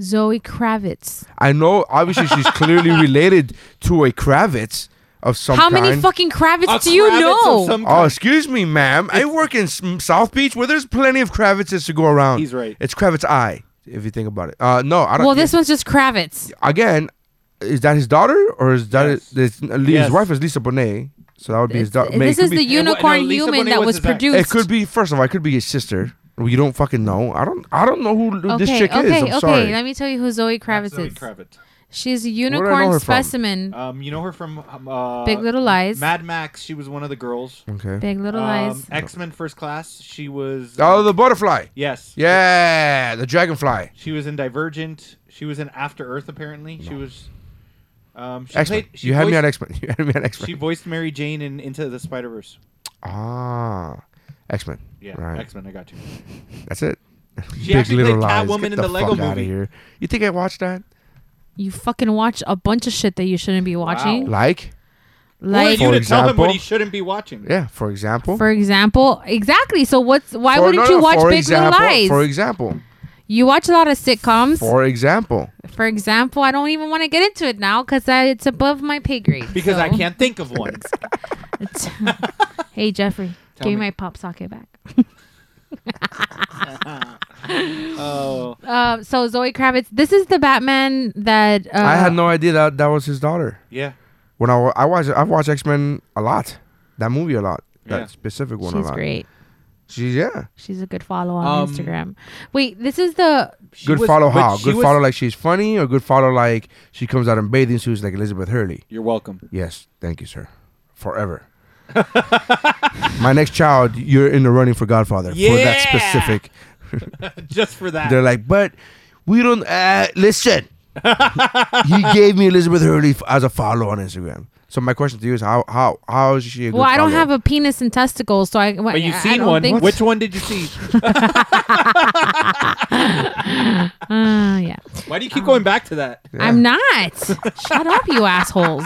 Zoe Kravitz. I know. Obviously, she's clearly related to a Kravitz of some How kind. many fucking Kravitz A do you Kravitz of know? some Oh, kind. excuse me, ma'am. I work in s- South Beach where there's plenty of Kravitzes to go around. He's right. It's Kravitz Eye, if you think about it. Uh, no, I don't. well, this one's just Kravitz. again, is that his daughter or is that Yes. his, his Yes. wife is Lisa Bonet? So that would be his daughter. May- this it is could the be, wa- no, unicorn Lisa human Bonet that was was his act- produced. It could be. First of all, it could be his sister. We don't fucking know. I don't. I don't know who Okay, this chick okay, is. I'm okay. sorry. Let me tell you who Zoe Kravitz Zoe is. Kravitz. She's a know unicorn her from? specimen. Um, you know her from um, uh, Big Little Lies. Mad Max. She was one of the girls. okay. Big um, Little Lies. X Men First Class. She was. Oh, the butterfly. yes. Yeah, the dragonfly. She was in Divergent. She was in After Earth. Apparently, she was. Um, she X Men. played. She You had me voiced- on X Men. You had me on X She Men. voiced Mary Jane in Into the Spider Verse. Ah, X Men. Yeah, right. X Men. I got you. That's it. She actually played Catwoman in the Lego fuck outta movie. Here. You think I watched that? You fucking watch a bunch of shit that you shouldn't be watching. Like, Like, Who are For you to tell him what example- he shouldn't be watching? yeah. For example. for example, exactly. So what's why For- wouldn't no, you no, watch for Big example, Little Lies? For example. you watch a lot of sitcoms. For, For example. example, I don't even want to get into it now because it's above my pay grade. Because I so- can't think of one. hey Jeffrey, Tell give me me. my pop socket back. oh, Uh, so Zoe Kravitz, this is the Batman that uh, I had no idea that that was his daughter. yeah. When I, wa- I watched I've watched X Men a lot. That movie a lot. That Yeah. specific one a She's lot. great. She's yeah. She's a good follow on Um, Instagram. Wait, this is the She Good was- follow but how? she Good was- follow like she's funny or good follow like she comes out in bathing suits like Elizabeth Hurley. You're welcome. Yes, thank you, sir. Forever. My next child, you're in the running for Godfather for that Yeah. specific. Just for that. They're like, but we don't uh, listen. he gave me Elizabeth Hurley f- as a follow on Instagram. So my question to you is, how how how is she? A good well, I don't follow? have a penis and testicles, so I. but you've I, I seen don't one. Think, Which one did you see? Uh, yeah. Why do you keep going back to that? I'm not. Shut up, you assholes.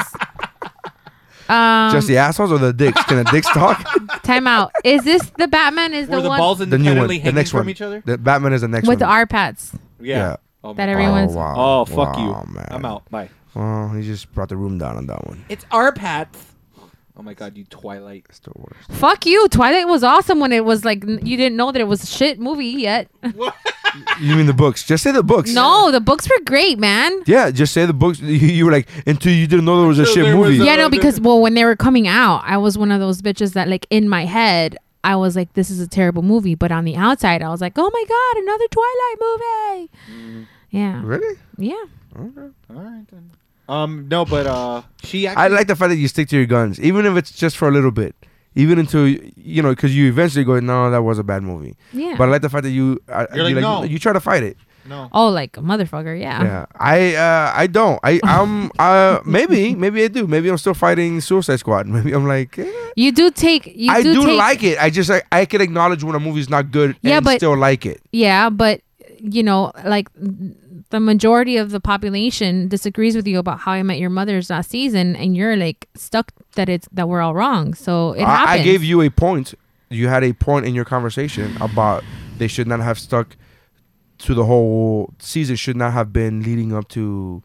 Um, Just the assholes or the dicks? Can the dicks talk? time out. Is this the Batman? Is Were the the one balls The new one, independently the hanging next from one. each other? The Batman is the next with the one. R pads Yeah. Yeah. Oh, my that God. everyone's? wow. Oh, fuck Wow, you. man. I'm out. Bye. Well, he just brought the room down on that one. It's our pats. Oh my god, you Twilight. It's the worst. Fuck you. Twilight was awesome when it was like n- you didn't know that it was a shit movie yet. You mean the books? Just say the books. no, the books were great, man. Yeah, just say the books. You, you were like until you didn't know there was a Until shit there was movie. a- Yeah, no, the- because well, when they were coming out, I was one of those bitches that like in my head. I was like, this is a terrible movie, but on the outside, I was like, oh my god, another Twilight movie. Yeah, Mm. Really? yeah. All right then. Um, no, but uh, she actually. I like the fact that you stick to your guns, even if it's just for a little bit, even until you know, because you eventually go, no, that was a bad movie. Yeah. But I like the fact that you, uh, You're like, "No." you try to fight it. no. Oh, like a motherfucker. Yeah. Yeah, I, uh, I don't. I, I'm, uh, maybe, maybe I do. Maybe I'm still fighting Suicide Squad. Maybe I'm like, eh. You do take. You I do, take, like it. I just, I, I can acknowledge when a movie's not good Yeah, and but- still like it. Yeah, but you know, like the majority of the population disagrees with you about how I met your mother's last season, and you're like stuck that it's that we're all wrong. So it I, happens. I gave you a point. You had a point in your conversation about they should not have stuck to the whole season. Should not have been leading up to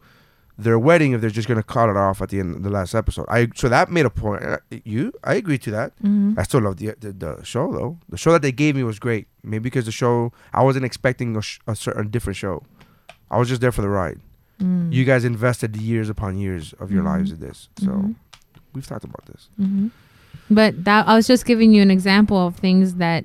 their wedding if they're just gonna cut it off at the end of the last episode. I so that made a point. Uh, You, I agree to that. Mm-hmm. I still love the, the the show though. The show that they gave me was great. Maybe because the show I wasn't expecting a, sh- a certain different show. I was just there for the ride. Mm. You guys invested years upon years of Mm-hmm. your lives in this. So we've talked about this. But that I was just giving you an example of things that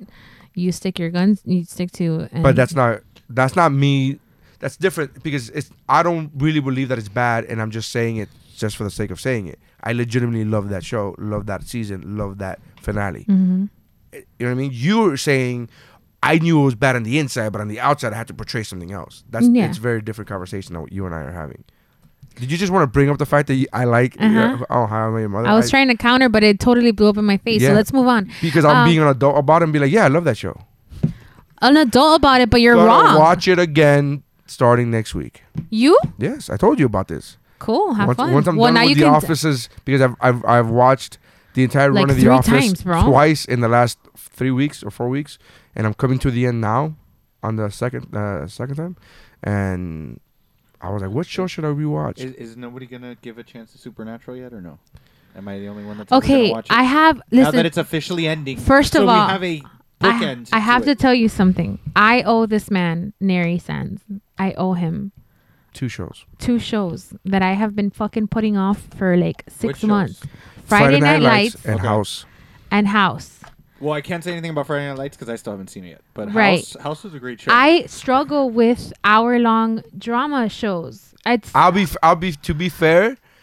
you stick your guns, you stick to. And but that's not that's not me that's different because it's i don't really believe that it's bad and i'm just saying it just for the sake of saying it I legitimately love that show, love that season, love that finale. Mm-hmm. Eh, You know what I mean? You were saying I knew it was bad on the inside, but on the outside I had to portray something else. That's Mm, Yeah. it's a very different conversation that what you and I are having. Did you just want to bring up the fact that you, I like Uh-huh. oh how I met your mother? I was trying to counter, but it totally blew up in my face. Yeah. So let's move on. because I'm um, being an adult about it and be like, yeah, I love that show. An adult about it, but you're Gonna wrong. Watch it again starting next week. You Yes, I told you about this. cool? Have once, fun. once I'm well, done now with you the can. offices because I've, I've I've watched the entire Like run of the three office times, bro. twice in the last three weeks or four weeks, and I'm coming to the end now on the second uh, second time, and I was like, what show should I rewatch? Is, is nobody gonna give a chance to Supernatural yet, or no? Am I the only one that's ever gonna okay, Watch it? I have now that listen. it's officially ending. first so of all, we have a I, bookend. I have to, to it. tell you something. I owe this man Nary Sands. I owe him Two shows. two shows that I have been fucking putting off for like Which six shows? months. Friday, Night, Lights, and Okay. House. and House. Well, I can't say anything about Friday Night Lights because I still haven't seen it yet. But Right. House, House is a great show. I struggle with hour long drama shows. It's I, I'll be f- I'll be to be fair.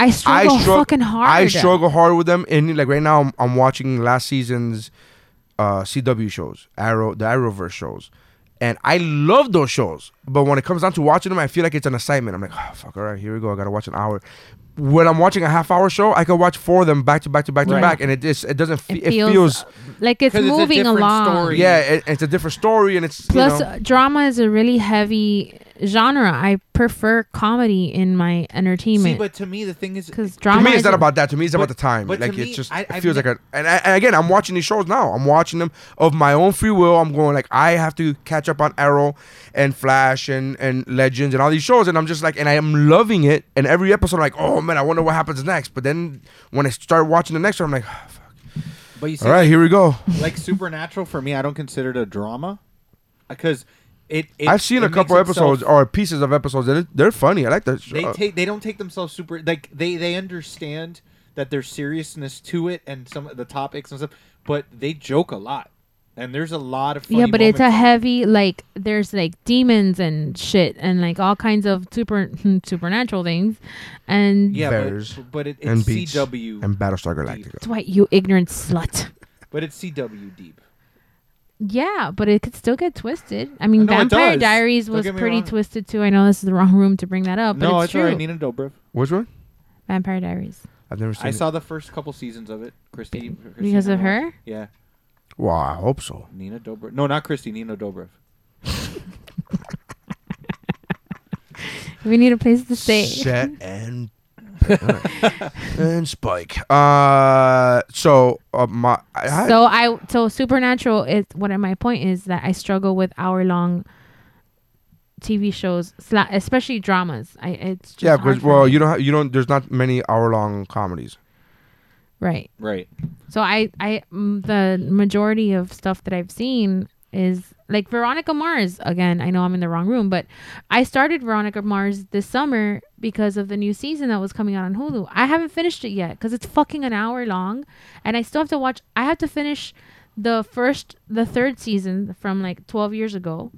struggle strugg- fucking hard. I struggle hard with them, and like right now, I'm, I'm watching last season's uh, CW shows, Arrow, the Arrowverse shows, and I love those shows. But when it comes down to watching them, I feel like it's an assignment. I'm like, oh fuck, all right, here we go. I gotta watch an hour. When I'm watching a half hour show, I can watch four of them back to back to back to Right. back, and it just it doesn't fe- It it, feels, feels- uh, Like it's 'Cause it's a moving different along. story. yeah, it, it's a different story, and it's Plus, you know, uh, drama is a really heavy genre. I prefer comedy in my see, entertainment but to me the thing is, because to drama. me, it's is not a- about that. To me, it's about the But- time. but to Like me, it's just I- it I've feels ne- like a. And, I, and again, I'm watching these shows now. I'm watching them of my own free will. I'm going like I have to catch up on Arrow and Flash and and Legends and all these shows, and I'm just like, and I am loving it. And every episode, I'm like, oh man, I wonder what happens next. But then when I start watching the next one, I'm like, "Ah, fuck. but you see, all right, here we go. like Supernatural for me, I don't consider it a drama because it. it I've seen it a makes couple itself- episodes or pieces of episodes. They're, they're funny. I like that show. They take. They don't take themselves super. Like they they understand that there's seriousness to it and some of the topics and stuff, but they joke a lot. And there's a lot of funny Yeah, but it's a moments. heavy like. There's like demons and shit, and like all kinds of super supernatural things, and yeah, Bears but, but it, it's and Beach CW, and Battlestar Galactica. Dwight, you ignorant slut. but it's CW deep. Yeah, but it could still get twisted. I mean, No, it Vampire does. Diaries Don't was get me pretty wrong. twisted too. I know this is the wrong room to bring that up, but no, it's, it's true. alright. Nina Dobrev. Which one? Vampire Diaries I've never seen. I it. saw the first couple seasons of it. Christy, Christy because of Nina- her. Yeah, Wow, I hope so. Nina Dobrev. No, not Christy. Nina Dobrev. We need a place to stay. Set and and Spike. Uh, so uh, my I, so I so Supernatural is what my point is that I struggle with hour long TV shows, sla- especially dramas. I it's just yeah, hard because for well, me. you don't ha- you don't. There's not many hour long comedies. right. Right. So I I mm, the majority of stuff that I've seen is like Veronica Mars again. I know I'm in the wrong room, but I started Veronica Mars this summer because of the new season that was coming out on Hulu. I haven't finished it yet cuz it's fucking an hour long and I still have to watch I have to finish the first the third season from like 12 years ago.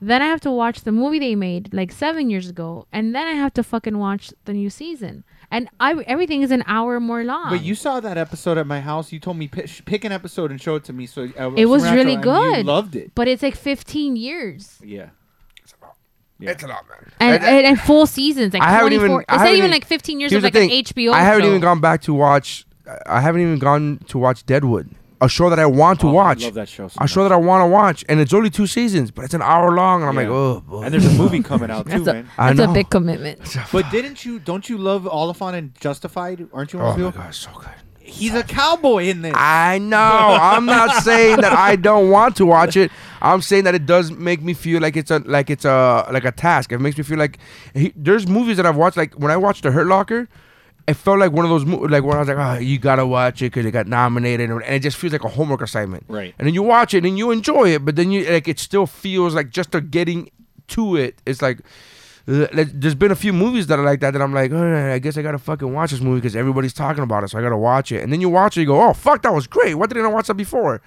Then I have to watch the movie they made like 7 years ago and then I have to fucking watch the new season. And I everything is an hour more long. But you saw that episode at my house. You told me pi- sh- pick an episode and show it to me. So uh, It was Supernatural, really and good. You loved it. but it's like 15 years Yeah. Yeah. It's a lot, man. and, and, and full seasons. Like I haven't 24, even- It's I not haven't even even- like 15 years Here's of the like an thing. HBO. I haven't show. even gone back to watch. I haven't even gone to watch Deadwood, a show that I want to Oh, I watch. love that show so a show that I want to watch, and it's only two seasons, but it's an hour long, and I'm like, Yeah. oh, boy. And there's a movie coming out too, That's a, man. I that's a know. big commitment. But didn't you? Don't you love Oliphant and Justified? Aren't you? one oh of my those god, it's so good. people? He's a cowboy in this. I know. I'm not saying that I don't want to watch it. I'm saying that it does make me feel like it's a like it's a like a task. It makes me feel like he, there's movies that I've watched. Like when I watched The Hurt Locker, it felt like one of those mo- like when I was like, oh, you gotta watch it because it got nominated, and it just feels like a homework assignment. Right. And then you watch it and you enjoy it, but then you like it still feels like just the getting to it. It's like. uh, like, There's been a few movies that are like that that I'm like, "Alright, I guess I gotta fucking watch this movie because everybody's talking about it, so I gotta watch it. And then you watch it, you go, oh fuck, that was great. Why didn't I watch that before?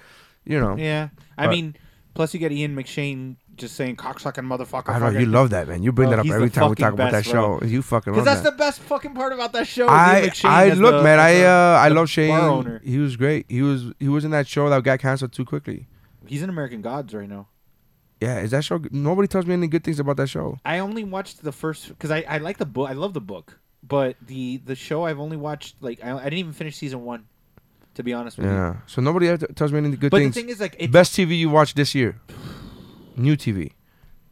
You know. yeah. I But- mean, Plus, you get Ian McShane just saying cocksucking motherfucker. I don't know. You love that, man. You bring Oh, that up he's every the time we fucking talk about that best, bro. show. You fucking love Because that's that. the best fucking part about that show. is Ian I McShane I as look, the- man. I as the- uh, I the love Bar Shane. owner. He was great. He was he was in that show that got canceled too quickly. He's in American Gods right now. Yeah, is that show? g- Nobody tells me any good things about that show. I only watched the first because I, I like the book. I love the book, but the the show I've only watched like I, I didn't even finish season one, to be honest with you. Yeah. So nobody ever t- tells me any good Mm-hmm. But things. the thing is, like, it's Best TV you watched this year? New TV.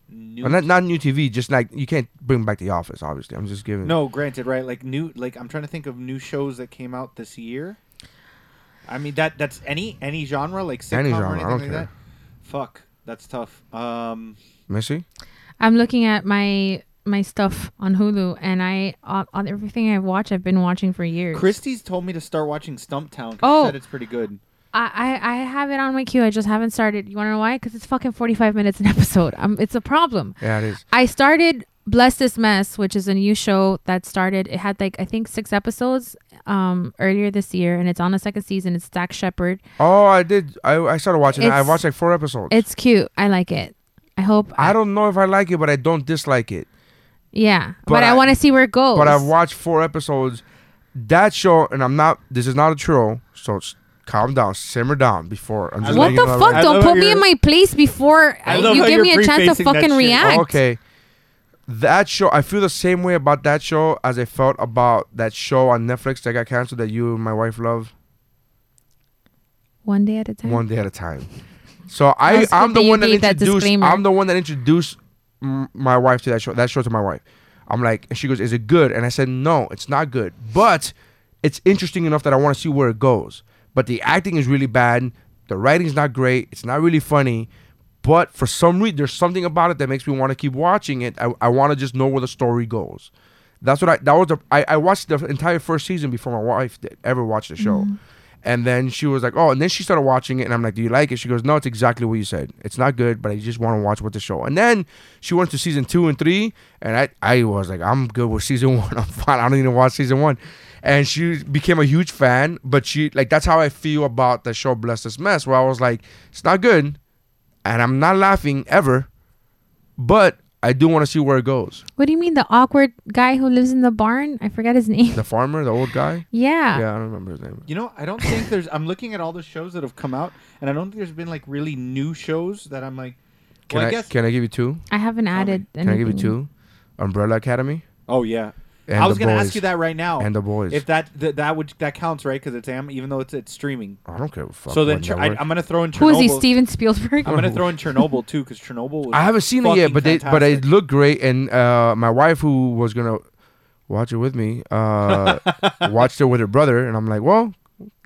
new. Or Not not new TV. Just like you can't bring back The Office. Obviously, I'm just giving. no, granted, right? Like new, like I'm trying to think of new shows that came out this year. I mean that that's any any genre like sitcom Any or genre, I anything don't like care. that. Fuck, that's tough. Um, Missy. I'm looking at my my stuff on Hulu, and I on, on everything I watch, I've been watching for years. Christie's told me to start watching Stumptown. 'cause Oh. she said it's pretty good. I, I I have it on my queue. I just haven't started. You want to know why? Because it's fucking 45 minutes an episode. Um, it's a problem. Yeah, it is. I started Bless This Mess, which is a new show that started. It had like I think six episodes um earlier this year, and it's on the second season. It's Zach Shepard. Oh, I did. I, I started watching. it. I It's- watched like four episodes. It's cute. I like it. I hope. I don't know if I like it, but I don't dislike it. Yeah, but, but I, I- want to see where it goes. But I've watched four episodes. That show, and I'm not. This is not a troll. So s- calm down, simmer down before. I'm just What letting the you know fuck? I Don't love put how me in you're- my place before I I- love you how give you're me a chance to prefacing that fucking shit. react. Okay. That show, I feel the same way about that show as I felt about that show on Netflix that got canceled that you and my wife love One day at a time. one day at a time. So I, That's I'm good the that one you that gave that introduced. disclaimer. I'm the one that introduced m- my wife to that show. That show to my wife. I'm like, and she goes, "Is it good?" And I said, "No, it's not good, but it's interesting enough that I want to see where it goes." But the acting is really bad. The writing's not great. It's not really funny. But for some reason, there's something about it that makes me want to keep watching it. I, I want to just know where the story goes. That's what I. That was the. I, I watched the entire first season before my wife did, ever watched the show, and then she was like, "Oh," and then she started watching it, and I'm like, "Do you like it?" She goes, "No, it's exactly what you said. It's not good, but I just want to watch what the show." And then she went to season two and three, and I I was like, "I'm good with season one. I'm fine. I don't need to watch season one." And she became a huge fan, but she like that's how I feel about the show Bless This Mess, where I was like, "It's not good," and I'm not laughing ever, but I do want to see where it goes. What do you mean the awkward guy who lives in the barn? I forgot his name. The farmer, the old guy. yeah. Yeah, I don't remember his name. You know, I don't think there's. I'm looking at all the shows that have come out, and I don't think there's been like really new shows that I'm like. Can well, I, I, guess. can I give you two? I haven't added. Can I give you anything. two? Umbrella Academy oh yeah. And I was The gonna Boys. ask you that right now. and The Boys. if that th- that would that counts right because it's am even though it's it's streaming. I don't care. What fuck so then what Cher- I, network. I'm gonna throw in Chernobyl. Who is he? Steven Spielberg. I'm gonna throw in Chernobyl too because Chernobyl. Was I haven't seen it yet, fucking but they, but it fantastic. looked great. And uh, my wife, who was gonna watch it with me, uh, watched it with her brother, and I'm like, well,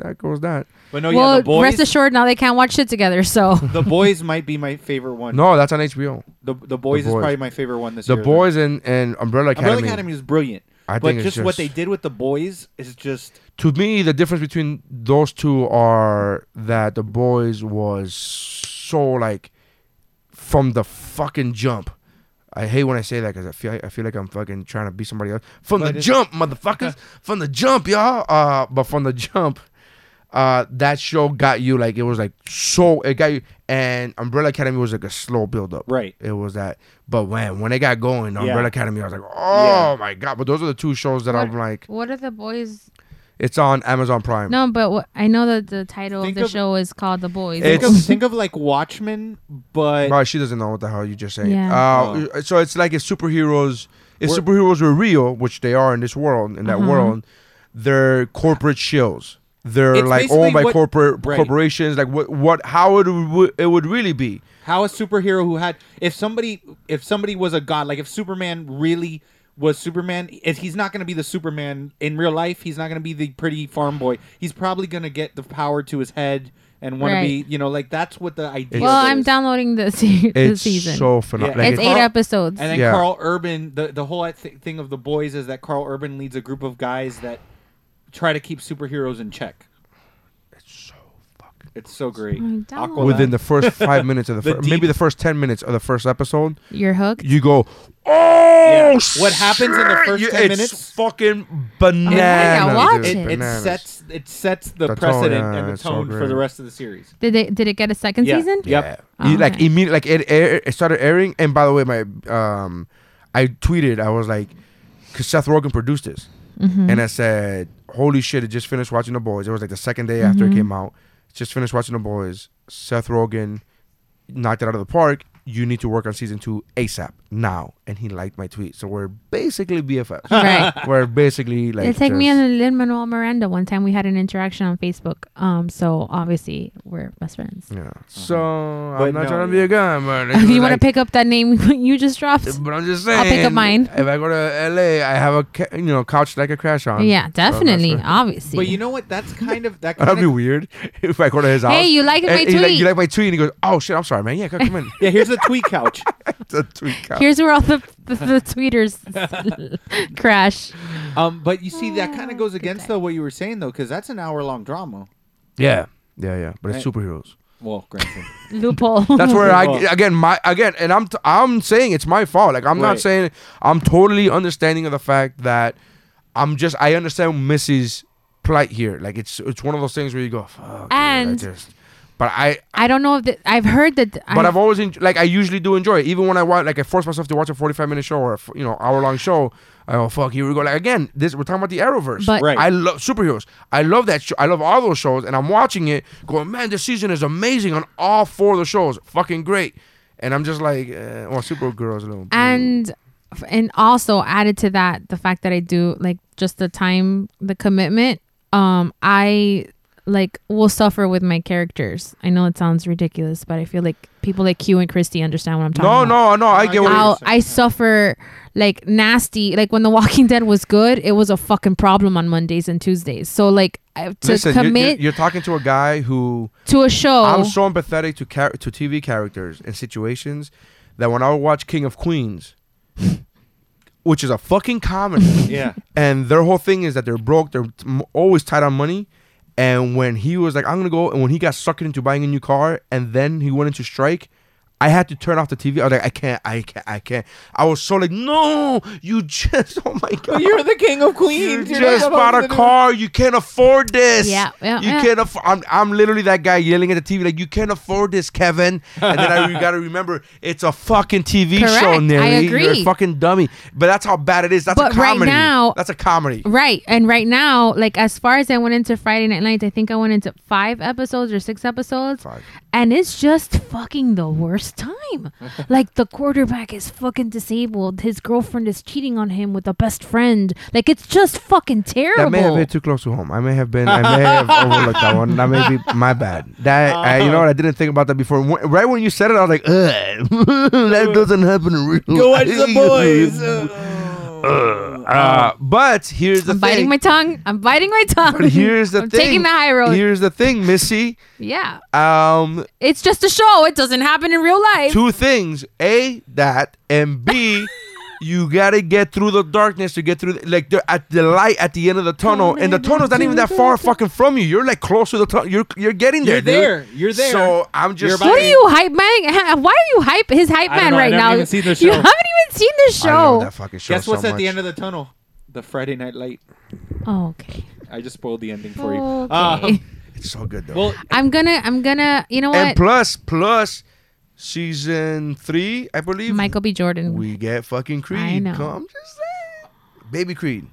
that goes that. But no, yeah, well, the boys. rest assured, now they can't watch shit together. So the boys might be my favorite one. No, that's on HBO. the, the boys is Boys. probably my favorite one this The year. Boys and, and Umbrella Academy. Umbrella Academy is brilliant. I but think it's just, what just- they did with the boys is just To me, the difference between those two are that The Boys was so like from the fucking jump. I hate when I say that because I feel I feel like I'm fucking trying to be somebody else from the jump, motherfuckers. from the jump, y'all. Uh, but from the jump, uh, that show got you like it was like so it got you. And Umbrella Academy was like a slow build up, Right. It was that, but when when it got going, Umbrella Academy, I was like, oh Yeah. my god. But those are the two shows that I'm like, what are the boys? it's on Amazon Prime. No, but what, I know that the title Think of the of- show is called The Boys. think It's- of, think of like Watchmen, but Right, she doesn't know what the hell you just saying. Yeah. Oh. Uh, So it's like if superheroes, if superheroes were real, which they are in this world, in that Uh-huh. world, they're corporate shills. They're It's like basically owned by what- corporate right. corporations. Like what, what, how it would it would really be? how a superhero who had if somebody if somebody was a god, like if Superman really was Superman, if he's not going to be the Superman in real life, he's not going to be the pretty farm boy. He's probably going to get the power to his head and want to be, Right. you know, like that's what the idea. well, is. I'm downloading the, se- the It's season. so phenomenal. Yeah. it's eight episodes. And then Yeah. Carl Urban, the, the whole th- thing of the boys is that Carl Urban leads a group of guys that try to keep superheroes in check. so fucking It's so great. my God. Aqualad. within the first five minutes of the, The fir- maybe deep- the first ten minutes of the first episode, You're hooked. you go, oh, Yeah. What happens in the shit." first You- 10 it's minutes? Fucking bananas. watch dude, it, it. it bananas. sets it sets The the, tone, precedent yeah, and the it's so tone for great. the rest of the series. Did they? Did it get a second Yeah. season? Yep. Yeah. You, like Okay. immediately, like it, air, it started airing. And by the way, my um, I tweeted I was like, because Seth Rogen produced this, Mm-hmm. and I said, "Holy shit! I just finished watching The Boys." It was like the second day after Mm-hmm. it came out. Just finished watching The Boys. Seth Rogen knocked it out of the park. You need to work on season two ASAP now. And he liked my tweet, so we're basically BFFs. Right. we're basically like. It's like me just- and Lin Manuel Miranda. One time we had an interaction on Facebook. Um, so obviously we're best friends. Yeah. So But I'm not no, trying to be yeah. a gun, but Do you want to like- pick up that name you just dropped? But I'm just saying. I'll pick up mine. If I go to LA, I have a ca- you know couch that I could crash on. Yeah, definitely, So that's- obviously. But you know what? That's kind of that That'd kind be of weird if I go to his house. hey, you liked and my he's like, tweet. you like my tweet? And he goes, "Oh shit, I'm sorry, man. Yeah, come in." Yeah, here's the tweet couch. it's a tweet couch. Here's where all the the, the tweeters crash. Um, but you see, that kind of goes against though what you were saying though, because that's an hour long drama. yeah, yeah, yeah. But it's Right. superheroes. Well, granted, Loophole. That's where I Well- again my again, and I'm t- I'm saying it's my fault. Like I'm not Right. saying I'm totally understanding of the fact that I'm just I understand Missy's plight here. Like it's it's one of those things where you go, "Fuck, dude, And- I just, but I I don't know if the, I've heard that. But I- I've always en- like I usually do enjoy it. Even when I watch, like I force myself to watch a forty-five minute show or a f- you know hour-long show. I go fuck here we go. Like again, this we're talking about the Arrowverse. But- Right. I love superheroes. I love that. show. I love all those shows, and I'm watching it, going, man, this season is amazing on all four of the shows. Fucking great. And I'm just like, uh, well, Supergirl's a little. and f- and also added to that the fact that I do like just the time the commitment um I like will suffer with my characters I know it sounds ridiculous but I feel like people like Q and Christy understand what I'm talking no, about no, no. I get what. I'll, you're I suffer like nasty like when The Walking Dead was good it was a fucking problem on Mondays and Tuesdays so like I- to Listen, you're- you're, commit you're talking to a guy who to a show I'm so empathetic to char- to TV characters and situations that when I would watch King of Queens, which is a fucking comedy, yeah, and their whole thing is that they're broke, they're m- always tight on money. And when he was like, "I'm gonna go," and when he got sucked into buying a new car, and then he went into strike. I had to turn off the TV. I was like, I can't, I can't, I can't. I was so like, no, you just, oh my god, you're the king of queens. you You're just not bought a supposed to do- car. You can't afford this. Yeah, yeah, You yeah. can't afford. I'm, I'm literally that guy yelling at the TV like, "You can't afford this, Kevin." And then I got to remember, it's a fucking TV show, Correct. Nelly. I You're agree. a fucking dummy. But that's how bad it is. That's But a right comedy. now- that's a comedy. Right. And right now, like as far as I went into Friday Night Lights, I think I went into five episodes or six episodes. Five. And it's just fucking the worst time. like the quarterback is fucking disabled. His girlfriend is cheating on him with a best friend. Like it's just fucking That terrible. may have been too close to home. I may have been. I may have overlooked that one. That may be my bad. That I, you know what? I didn't think about that before. Wh- right when you said it, I was like, Ugh, that doesn't happen in real Go watch the life." boys. Oh. Uh, but here's the I'm thing. biting my tongue. I'm biting my tongue. But here's the I'm thing. taking the high road. Here's the thing, Missy. yeah. Um, It's just a show. It doesn't happen in real life. two things: a that, and b, you gotta get through the darkness to get through. The, like the, at the light at the end of the tunnel, and the tunnel's not even that far fucking from you. You're like close to the tunnel. You're you're getting there. You're dude. there. You're there. So I'm just. You're What are you hype man? Why are you hype his hype I don't man know. I right haven't now? even seen the You show. haven't even seen the show. I love that fucking show Guess what's so at the much. end of the tunnel? The Friday Night Light. Oh, okay. I just spoiled the ending for you. Oh, Okay. Um, It's so good though. well, I'm gonna, I'm gonna, you know and what? plus, plus, season three, I believe. Michael B. Jordan. We get fucking Creed. know. Come, just saying. Baby Creed.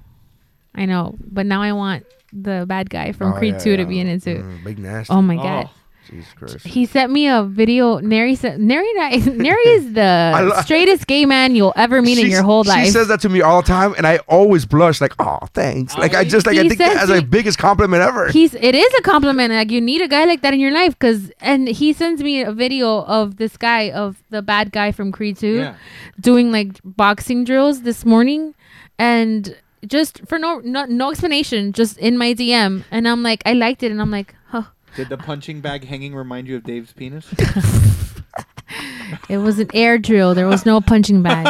I know, but now I want the bad guy from Oh, Creed yeah, 2 to yeah. be in it too. Mm, big nasty. Oh my Oh. god. Jesus Christ. He sent me a video. Nary said, Nary, and I- Nary is the lo- straightest gay man you'll ever meet in She's- your whole she life. says that to me all the time, and I always blush. Like, oh, thanks. Like, I just like I He think that says as the he- biggest compliment ever. He's it is a compliment. Like you need a guy like that in your life, cause and he sends me a video of this guy of the bad guy from Creed Two, Yeah. doing like boxing drills this morning, and just for no, no no explanation, just in my DM, and I'm like I liked it, and I'm like, huh, did the punching bag hanging remind you of Dave's penis? it was an air drill. There was no punching bag.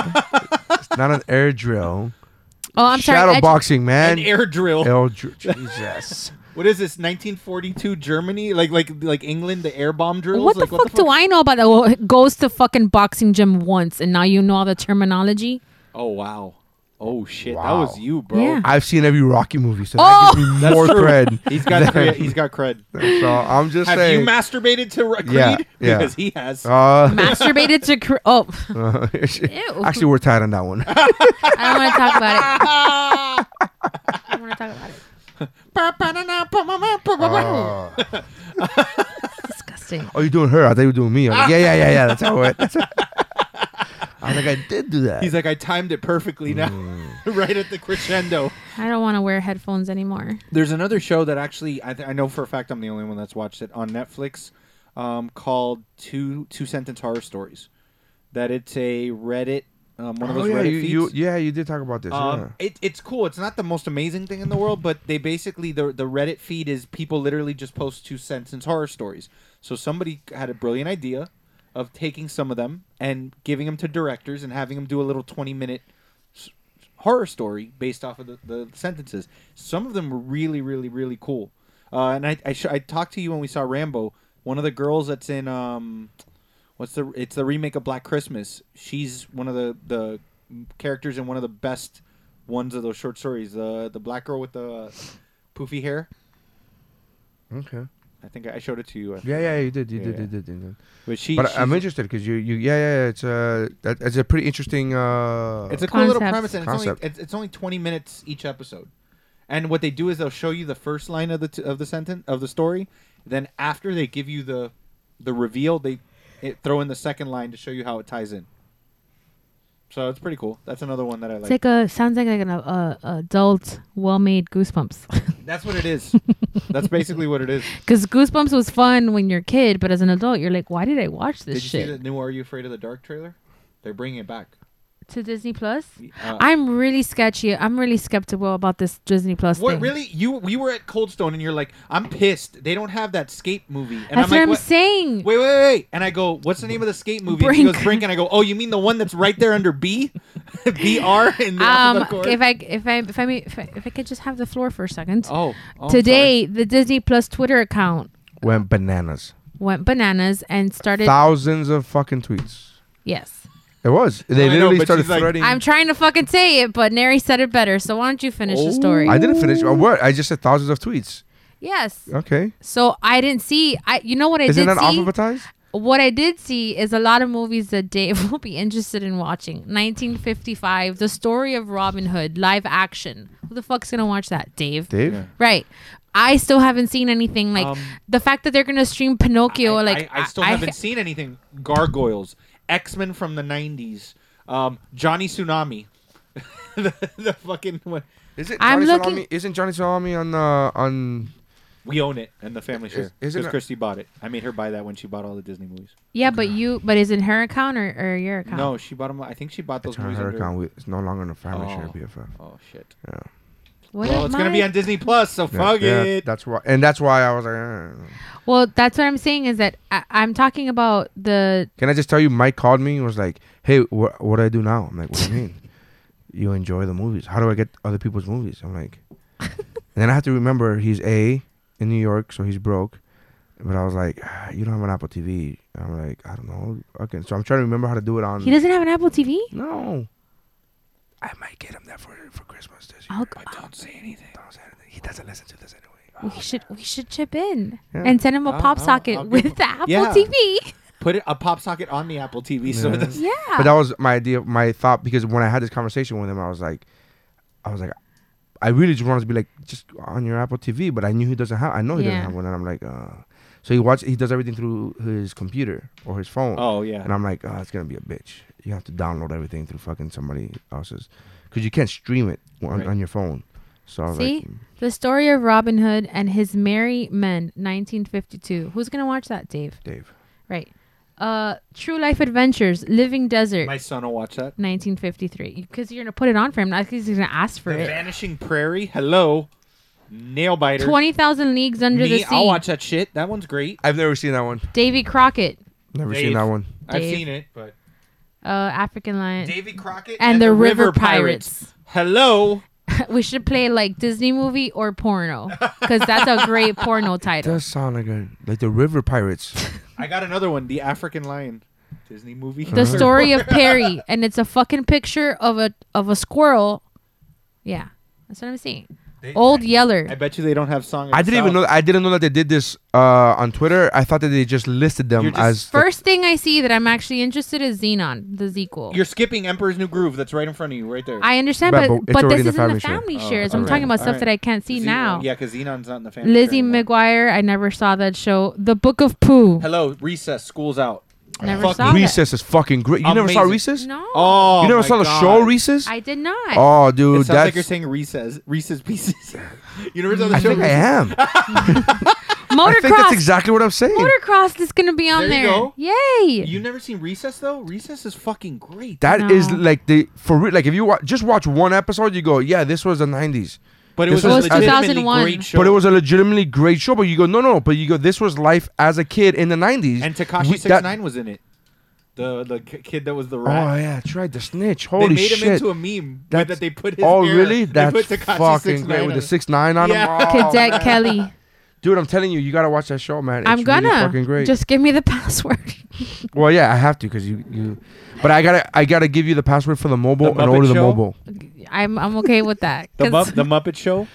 It's not an air drill. Oh, I'm sorry. Shadow edge- boxing, man. An air drill. El Dr- Jesus. What is this? 1942 Germany? Like like like England? The air bomb drills? What the like, fuck do I know about that? Well, it goes to fucking boxing gym once, and now you know all the terminology. Oh wow. Oh shit. Wow. That was you, bro. Yeah. I've seen every Rocky movie, so Oh! that gives me That's more true. cred. He's got cred. He's got cred. So I'm just Have saying. you masturbated to Ra- Creed? Yeah, yeah. Because he has. uh, Masturbated to cr- oh, actually, we're tied on that one. I don't want to talk about it. I don't want to talk about it. Disgusting. Uh, Oh, you're doing her? I thought you were doing me. I'm like, yeah, yeah, yeah, yeah. That's how it. That's how- I think I did do that. He's like, I timed it perfectly now, Mm. right at the crescendo. I don't want to wear headphones anymore. There's another show that actually I, th- I know for a fact I'm the only one that's watched it on Netflix, um, called Two Two Sentence Horror Stories. That it's a Reddit, um, one of oh, those yeah, Reddit you, feeds. you- yeah, you did talk about this. Um, it, it's cool. It's not the most amazing thing in the world, but they basically the the Reddit feed is people literally just post two sentence horror stories. So somebody had a brilliant idea of taking some of them and giving them to directors and having them do a little twenty minute s- horror story based off of the, the sentences. Some of them were really, really, really cool. Uh, and I I, sh- I talked to you when we saw Rambo. One of the girls that's in um, what's the it's the remake of Black Christmas. She's one of the the characters in one of the best ones of those short stories. The the black girl with the poofy hair. yeah. Okay. I think I showed it to you. I Yeah, think. yeah, you did, you Yeah, did, yeah. you did, you did. But she. But she's- I'm interested because you, you, yeah, yeah, yeah, it's a, that, it's a pretty interesting. Uh, It's a cool little Concept. premise, and it's only, Concept. it's, it's only 20 minutes each episode. And what they do is they'll show you the first line of the t- of the sentence of the story. Then after they give you the the reveal, they it, throw in the second line to show you how it ties in. So it's pretty cool. That's another one that I like. It's like a sounds like, like an uh, adult, well-made Goosebumps. That's what it is. That's basically what it is. Because Goosebumps was fun when you're a kid, but as an adult, you're like, why did I watch this Did you shit? see the new Are You Afraid of the Dark trailer? They're bringing it back. to Disney Plus? Uh, I'm really sketchy. I'm really skeptical about this Disney Plus What thing. really? You we were at Coldstone and you're like, I'm pissed. They don't have that skate movie. And I'm like, That's what I'm "What- saying. Wait, wait, wait. And I go, what's the name of the skate movie? And she Brink. goes, Brink. And I go, oh, you mean the one that's right there under B? BR in the um, alphabetical order? if I if I if I, may, if I if I could just have the floor for a second. Oh, oh, I'm Today, the Disney Plus Twitter account went bananas. went bananas and started. Thousands of fucking tweets. yes, It was. They I know, literally but started she's like- threading. I'm trying to fucking say it, but Neri said it better. So why don't you finish the story? I didn't finish my word. I just said thousands of tweets. yes. Okay. So I didn't see. I you know what I Isn't did that see. alphabetized? what I did see is a lot of movies that Dave will be interested in watching. 1955, The Story of Robin Hood, live action. Who the fuck's gonna watch that, Dave? Dave? Right. I still haven't seen anything like Um, the fact that they're gonna stream Pinocchio. I, like I, I still haven't seen anything. Gargoyles, X Men from the 90s, um, Johnny Tsunami. the, the fucking one. Is it I'm Johnny looking- Salami? Isn't Johnny Salami on uh, on We own it and the family share. is Because it not- Christy bought it. I made her buy that when she bought all the Disney movies. Yeah, but you. But is it her account or, or your account? No, she bought them. I think she bought those Turn movies. her under- account? It's no longer on the family share Oh. BFF. Oh, shit. What Well, am it's going to I- be on Disney Plus, so fuck Yeah, it. That's why, and that's why I was like, "Eh." Well, that's what I'm saying is that I, I'm talking about the. can I just tell you? Mike called me and was like, "Hey, wha what do I do now?" I'm like, "What do you mean? you enjoy the movies? How do I get other people's movies?" I'm like, and then I have to remember he's a in New York, so he's broke. But I was like, "Ah, "You don't have an Apple TV." I'm like, "I don't know." Okay, so I'm trying to remember how to do it on. He doesn't have an Apple TV. no. I might get him that for for Christmas this year. I'll, Don't say anything. Don't say anything. He doesn't listen to this anyway. we should we should chip in Yeah. and send him a I'll- pop I'll- socket I'll give him- with the Apple Yeah. TV. Put it, a pop socket on the Apple TV so it doesn't Yeah. But that was my idea, my thought, because when I had this conversation with him, I was like, I was like, I really just wanted to be like, just on your Apple TV, but I knew he doesn't have, I know he Yeah. doesn't have one, and I'm like, uh, so he watch, he does everything through his computer or his phone. Oh yeah. And I'm like, oh, it's gonna be a bitch. You have to download everything through fucking somebody else's, because you can't stream it on, Right. on your phone. So I was See like, mm. the story of Robin Hood and his merry men, 1952. Who's gonna watch that, Dave? Dave, Right. Uh, True Life Adventures, Living Desert, My son will watch that. 1953. Because you're gonna put it on for him. Not because he's gonna ask for The it. Vanishing Prairie. Hello. Nail biter. Twenty thousand leagues under the Me, sea. I'll watch that shit. That one's great. I've never seen that one. Davy Crockett, Never Dave. seen that one. I've Dave. seen it, but uh, African Lion, Davy Crockett and, the, River, Pirates. Hello. we should play like Disney movie or porno because that's a great porno title. does sound like a, like the River Pirates. I got another one. The African Lion. Disney movie. The Uh-huh. story of Perry, and it's a fucking picture of a of a squirrel. Yeah, that's what I'm seeing. Old Yeller. I bet you they don't have song. of I the didn't even South. know. I didn't know that they did this uh, on Twitter. I thought that they just listed them You're just as. the- First thing I see that I'm actually interested is Xenon, the sequel. You're skipping Emperor's New Groove. That's right in front of you, right there. I understand, But- but but it's but, already this in is the in family the share. family Oh, shares. I'm alright, talking about stuff alright. that I can't see Xenon. now. Yeah, because Xenon's not in the family. Lizzie share anymore. McGuire. I never saw that show. The Book of Pooh. Hello, recess. School's out. Never Fuck saw you. that. Recess is fucking great. You never saw Amazing. Recess? No, Oh, You never my saw the God. show Recess? I did not. oh, It dude, sounds that's. like you're saying recess, Reese's Pieces. you never saw the I show. think I am. Reese's- I Motocross. think that's exactly what I'm saying. Motocross is gonna be on There you there. go. Yay! You never seen Recess though? Recess is fucking great. That No. is like the for real. Like if you wa- just watch one episode, you go, yeah, this was the '90s. but it this was, a was legitimately 2001. great show. But it was a legitimately great show. But you go, no, no. But you go, this was life as a kid in the '90s. and We- Takashi that- Six Nine was in it. The the k- kid that was the Oh rat. yeah, tried the snitch. they Holy made shit! him into a meme. That's, That's- that they put his. oh hair- really? They That's put Tekashi fucking 6ix9ine great with on the it. six nine on Yeah. him. Oh, Cadet Kelly. dude, I'm telling you, you gotta watch that show, man. It's I'm gonna really fucking great. just give me the password. well, yeah, I have to because you you. But I gotta I gotta give you the password for the mobile The and Muppet order the Show? mobile. I'm I'm okay with that. The, 'cause Mupp- the Muppet Show.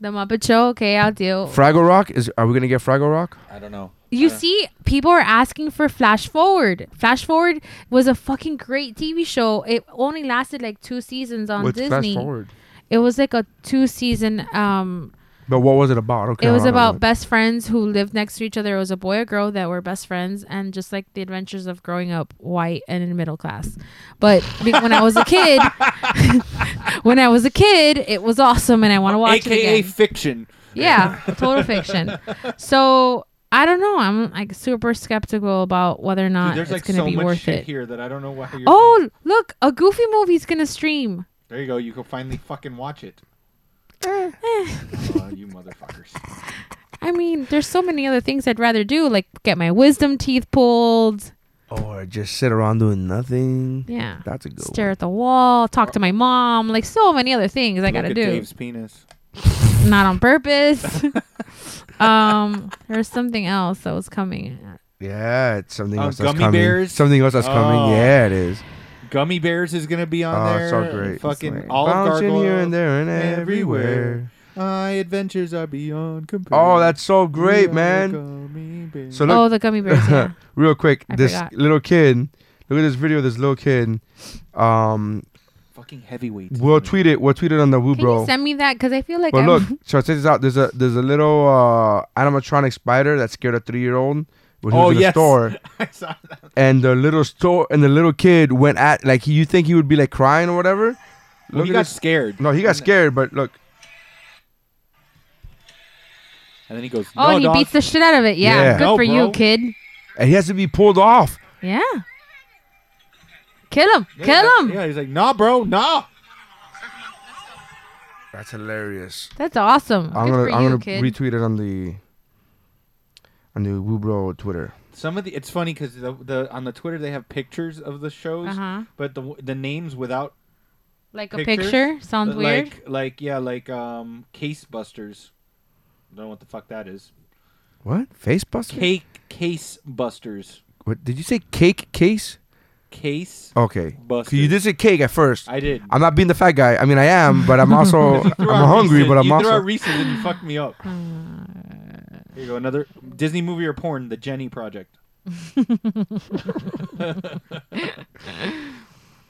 the Muppet Show. Okay, I'll deal. Fraggle Rock is. Are we gonna get Fraggle Rock? I don't know. you see, people are asking for Flash Forward. Flash Forward was a fucking great TV show. It only lasted like two seasons on Let's Disney. fast forward. It was like a two season. Um, But what was it about? Okay, it was hold on, about hold on. best friends who lived next to each other. It was a boy or girl that were best friends, and just like the adventures of growing up white and in middle class. But be- when I was a kid, when I was a kid, it was awesome, and I want to watch it AKA again. fiction. Yeah, total fiction. So I don't know. I'm like super skeptical about whether or not Dude, there's Uh, it's like gonna so be much worth shit it. here that I don't know why. You're Oh, look, a Goofy movie's gonna stream. there you go. You can finally fucking watch it. Eh. Oh, you motherfuckers. Eh, I mean, there's so many other things I'd rather do, like get my wisdom teeth pulled. Or just sit around doing nothing. Yeah. That's a good. one. Stare at the wall, talk to my mom, like so many other things I Look gotta at do. Dave's penis. Not on purpose. um, there's something else that was coming. Yeah, it's something Um, else that's gummy coming. bears? Something else that's Oh. coming. Yeah, it is. Gummy Bears is gonna be on oh, there. it's so great. Fucking all all Bouncing gargoyles. here and there and everywhere. everywhere. My adventures are beyond compare. Oh, that's so great, We are man. gummy bears. So Oh, look, the gummy bears. Yeah. real quick, Oh, I this forgot. little kid. Look at this video. of This little kid. Um, fucking heavyweight. we'll tweet it. We'll tweet it on the Woo Can Bro. you send me that? Because I feel like But I'm look, so check this out. There's a there's a little uh, animatronic spider that scared a three year old when he Oh, was in yes. the store, I saw that. and the little store and the little kid went at like you think he would be like crying or whatever. Well, Look he at got this- scared. No, he got scared, but look. And then he goes. Oh, no, and he dog. beats the shit out of it. Yeah, Yeah. good No, for bro. you, kid. And he has to be pulled off. Yeah. Kill him. Kill him. Yeah, he's like, nah, bro, nah. That's hilarious. That's awesome. I'm good gonna for I'm you, gonna kid. retweet it on the on the Woobro Twitter. Some of the it's funny because the, the on the Twitter they have pictures of the shows, Uh-huh. but the the names without like a pictures. picture. like, Sounds weird. Like yeah, like um Case Busters. Don't know what the fuck that is. What face buster? Cake Case Busters. What did you say? Cake case? Case. Okay. Oh, 'Cause You Busters. did say cake at first. I did. I'm not being the fat guy. I mean, I am, but I'm also I'm threw out hungry, Reese's. but I'm you threw also out Reese's and you fucked me Uh, up. Here you go, another Disney movie or porn, The Jenny Project.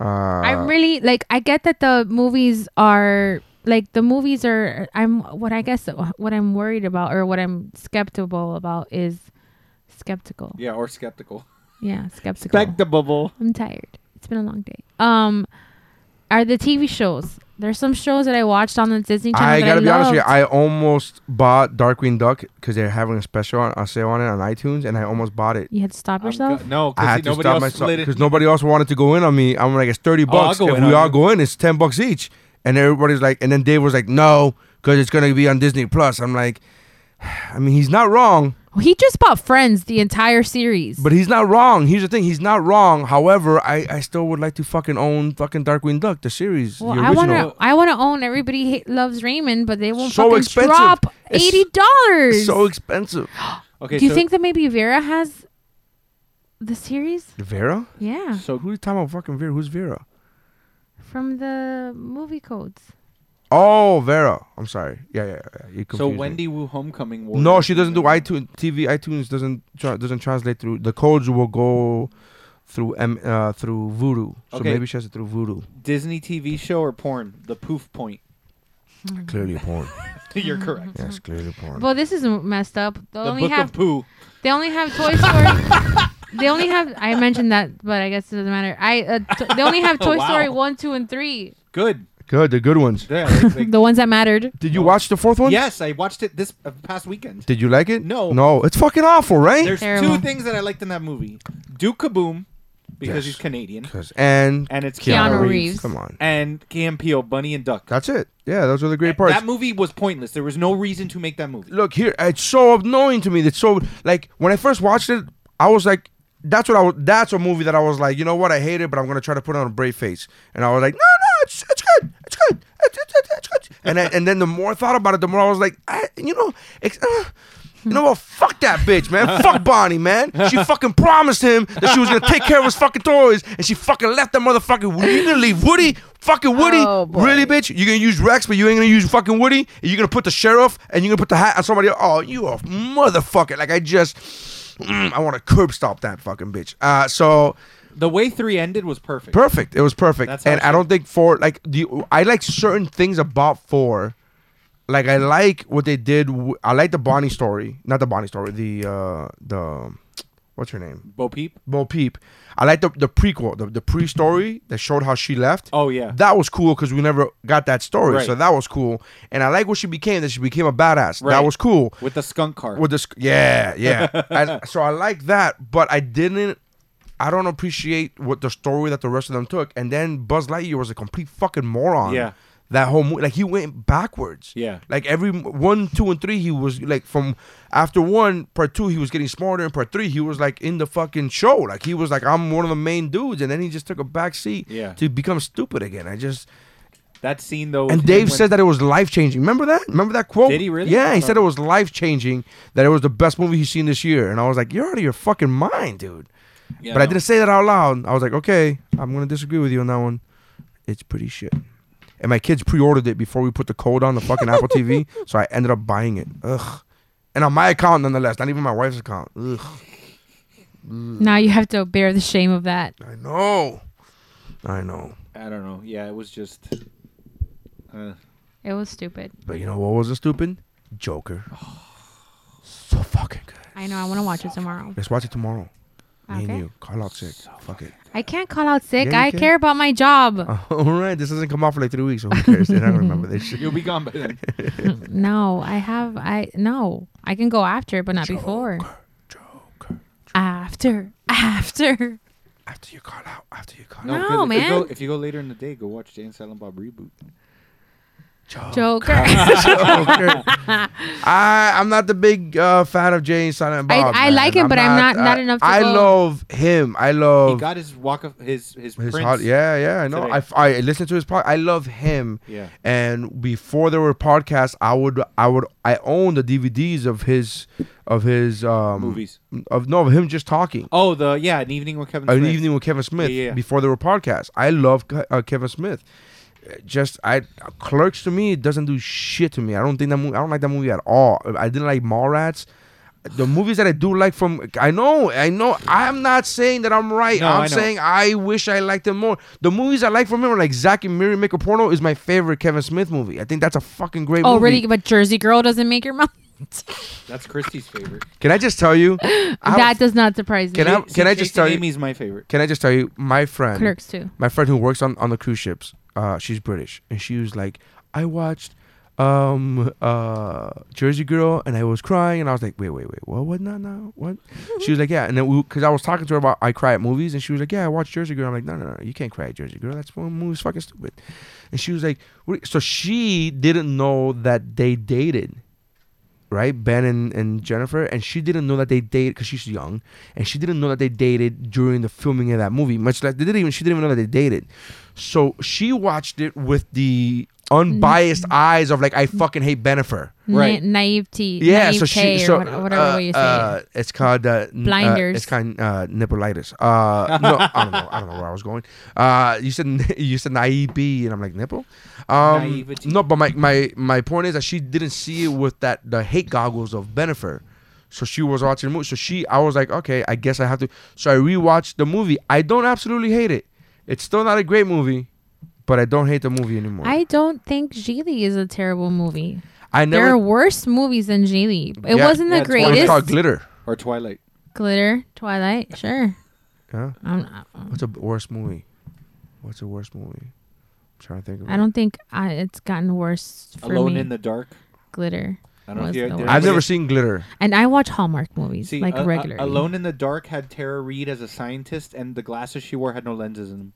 uh, I'm really like I get that the movies are like the movies are I'm what I guess what I'm worried about or what I'm skeptical about is skeptical. Yeah, or skeptical. Yeah, skeptical. Back the bubble. I'm tired. It's been a long day. Um are the TV shows. There's some shows that I watched on the Disney Channel. I that gotta be honest with you. loved. I almost bought Darkwing Duck because they're having a special on, a sale on it on iTunes, and I almost bought it. you had to stop yourself. no, I because had to nobody stop else myself slid because it. Oh, nobody else wanted to go in on me. I'm like, it's thirty I'll bucks. go if in we on all you. go in, it's ten bucks each. And everybody's like, and then Dave was like, no, because it's gonna be on Disney Plus. I'm like, I mean, he's not wrong. He just bought Friends, the entire series. But he's not wrong. Here's the thing. He's not wrong. However, I, I still would like to fucking own fucking Darkwing Duck, the series, well, the I original. want to. I want to own. Everybody hate, loves Raymond, but they won't So fucking expensive. drop It's eighty dollars. so expensive. Okay. Do you so, think that maybe Vera has the series? Vera? Yeah, so? Who are you talking about fucking Vera? Who's Vera? from the movie codes. Oh, Vera. I'm sorry. Yeah, yeah, yeah. You So confused me. Wendy Wu Homecoming War. No, she doesn't do iTunes TV. iTunes doesn't tra- doesn't translate through the codes will go through M uh, through Voodoo. So Okay. maybe she has it through Voodoo. Disney TV show or porn? The Poof Point. Clearly porn. You're Mm. correct. yes, clearly porn. Well, this is messed up. They The only Book have of Pooh. they only have Toy Story. they only have. I mentioned that, but I guess it doesn't matter. I uh, t- they only have Toy Wow. Story one, two, and three. Good. Good, the good ones. Yeah, like- like- The ones that mattered. Did you watch the fourth one? yes, I watched it this uh, past weekend. Did you like it? No. No, it's fucking awful, right? There's Terrible. two things that I liked in that movie: Duke Kaboom, Yes. because he's Canadian, And and it's Keanu, Keanu Reeves, Reeves. Come on. and Cam Peel, Bunny and Duck. That's it. Yeah, those are the great parts. That movie was pointless. There was no reason to make that movie. Look here, it's so annoying to me. It's so like when I first watched it, I was like, "That's what I was." That's a movie that I was like, you know what? I hate it, but I'm gonna try to put on a brave face. And I was like, no, no, it's it's good, it's good, it's, it's, it's, it's good. And I, and then the more I thought about it, the more I was like, I, you know, it's. Uh, you know what? Fuck that bitch, man. Fuck Bonnie, man. She fucking promised him that she was gonna take care of his fucking toys, and she fucking left that motherfucking. Woody. You gonna leave Woody? Fucking Woody? Oh, boy. really, bitch? You're gonna use Rex, but you ain't gonna use fucking Woody? And you're gonna put the sheriff and you're gonna put the hat on somebody? else? Oh, you a motherfucker! Like I just, Mm, I want to curb stop that fucking bitch. Uh, so The way three ended was perfect. perfect. It was perfect. That's how and it I don't think four like the I like certain things about four. Like I like what they did. W- I like the Bonnie story, not the Bonnie story. The uh the what's her name? Bo Peep. Bo Peep. I like the the prequel, the, the pre story that showed how she left. Oh, yeah. that was cool because we never got that story, Right. so that was cool. And I like what she became. That she became a badass. Right. That was cool. with the skunk car. With this, yeah, yeah. I, so I like that, but I didn't. I don't appreciate what the story that the rest of them took. And then Buzz Lightyear was a complete fucking moron. Yeah. That whole movie, like he went backwards. Yeah. Like every one, two, and three, he was like from after one, part two, he was getting smarter, and part three, he was like in the fucking show. Like he was like, I'm one of the main dudes, and then he just took a back seat Yeah. to become stupid again. I just that scene though. and with Dave him when- said that it was life changing. Remember that? Remember that quote? Did he really? Yeah, he Oh. said it was life changing. That it was the best movie he's seen this year. And I was like, "You're out of your fucking mind, dude." Yeah, but I no. didn't say that out loud. I was like, "Okay, I'm gonna disagree with you on that one. It's pretty shit." And my kids pre-ordered it before we put the code on the fucking Apple TV, so I ended up buying it. Ugh. And on my account, nonetheless, not even my wife's account. Ugh. Hmm. Now you have to bear the shame of that. I know. I know. I don't know. Yeah, it was just. Uh, It was stupid. But you know what was a stupid Joker? so fucking good. I know. I want to watch it tomorrow. Let's watch it tomorrow. Me Okay. and you. Call out sick. Fuck it. I can't call out sick. Yeah, you I can. care about my job. All right. This doesn't come out for like three weeks, so who cares? They're not gonna remember this shit. you'll be gone by then. No, I have. I no. I can go after it, but not before. Joker. After, after. After you call out. After you call No, out. 'cause No, if you go- man. if you go later in the day, go watch Jane Silent Bob reboot. Oh, Joker. Joker. I I'm not the big uh, fan of Jane Silent I- Bob. I man. like him, but I'm not- not I- enough to I go- love him. I He love. got his walk of his his his, prince. hot, yeah, yeah, I know. today. I, f- I listen to his podcast. I love him. Yeah. And before there were podcasts, I would, I would, I own the DVDs of his, of his um, Movies. of no of him just talking. Oh, the yeah, an evening with Kevin. an Smith. evening with Kevin Smith Yeah, yeah. before there were podcasts. I love Ke- uh, Kevin Smith. Uh, Just I Clerks to me it doesn't do shit to me. I don't think that movie. I don't like that movie at all. I didn't like Mallrats. The movies that I do like from I know I know I'm not saying that I'm right. No, I'm I know. saying I wish I liked them more. The movies I like from him are like Zack and Miri Make a Porno is my favorite Kevin Smith movie. I think that's a fucking great Oh, movie. really? But Jersey Girl doesn't make your mouth. That's Christie's favorite. Can I just tell you? I have- That does not surprise Can me. I- See, I Chasing just tell you- Amy's my favorite. Can I just tell you, my friend Clerks too. my friend who works on, on the cruise ships, uh, she's British, and she was like, I watched um uh Jersey Girl and I was crying and I was like, Wait, wait, wait, what what now now? What? she was like, Yeah, and then we cause I was talking to her about I cry at movies and she was like, Yeah, I watched Jersey Girl. I'm like, No, no, no, you can't cry at Jersey Girl. That's one movie's fucking stupid. And she was like, what? so she didn't know that they dated. right? Ben and, and Jennifer, and she didn't know that they dated because she's young, and she didn't know that they dated during the filming of that movie. Much like they didn't even she didn't even know that they dated. So she watched it with the unbiased eyes of like I fucking hate Benifer. Right. Na- naivety. Yeah, so naivete she or so what- whatever uh, way you say uh, it. it's called uh, n- uh, Blinders. it's called uh, nippleitis. Uh, no, I don't know. I don't know where I was going. Uh, you said you said naive, and I'm like nipple. Um, Naivety. No, but my, my my point is that she didn't see it with that the hate goggles of Benifer. So she was watching the movie. So she, I was like, okay, I guess I have to. So I rewatched the movie. I don't absolutely hate it. It's still not a great movie, but I don't hate the movie anymore. I don't think Geely is a terrible movie. I there are never. worse movies than Geely. It Yeah, wasn't the yeah, it's one of It's greatest. called Glitter. or Twilight. Glitter, Twilight, sure. Yeah. I'm, uh, I- What's the worst movie? What's the worst movie? I'm trying to think. Of I don't think I, it's gotten worse for Alone me. in the Dark. Glitter, I don't know was if you the did worst. I've anybody- never seen Glitter. and I watch Hallmark movies See, like a- a- regularly. Alone in the Dark had Tara Reid as a scientist, and the glasses she wore had no lenses in them.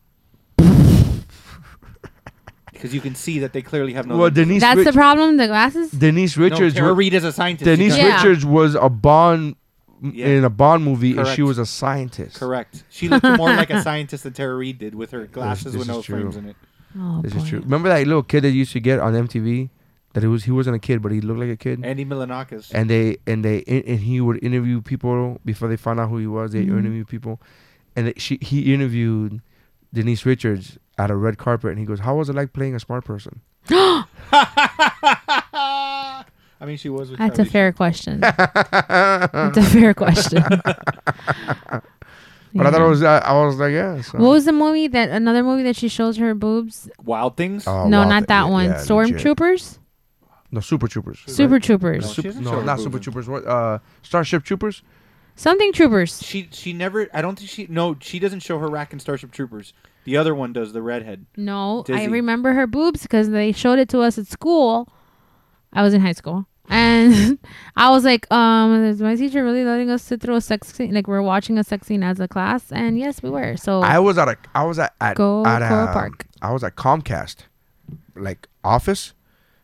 Because you can see that they clearly have no. Well, lenses. Denise That's Rich- the problem. The glasses. Denise No, Richards. Tara wa- Reid is a scientist. you Denise got it. Yeah. Richards was a Bond Yeah. in a Bond movie, and she Correct. was a scientist. Correct. She looked more like a scientist than Tara Reid did with her glasses this with is no frames true. in it. Oh This boy. is true. Remember that little kid that you used to get on MTV? That it was he wasn't a kid, but he looked like a kid. And, Andy Milanakis. they and they and he would interview people before they found out who he was. They Mm-hmm. interview people, and they, she he interviewed Denise Richards at a red carpet, and he goes, "How was it like playing a smart person?" I mean, she was with That's a Charlie fair question. That's a fair question. But I thought it was uh, I, I was like, yeah. So. What was the movie that another movie that she shows her boobs? Sheen. Wild Things. Oh, no, wow, not th- that yeah, one. yeah, legit. Stormtroopers, No, Super Troopers. Super Troopers, No, she Super- doesn't show no, her not boobs Super in- Troopers. What? Uh, Starship Troopers. something Troopers. She she never. I don't think she. No, she doesn't show her rack in Starship Troopers. The other one does. The redhead. No, I Dizzy. remember her boobs because they showed it to us at school. I was in high school. And I was like, um, is my teacher really letting us sit through a sex scene? Like we're watching a sex scene as a class, and yes, we were. So I was at a. I was at at, Go at Coral um, Park. I was at Comcast, like office,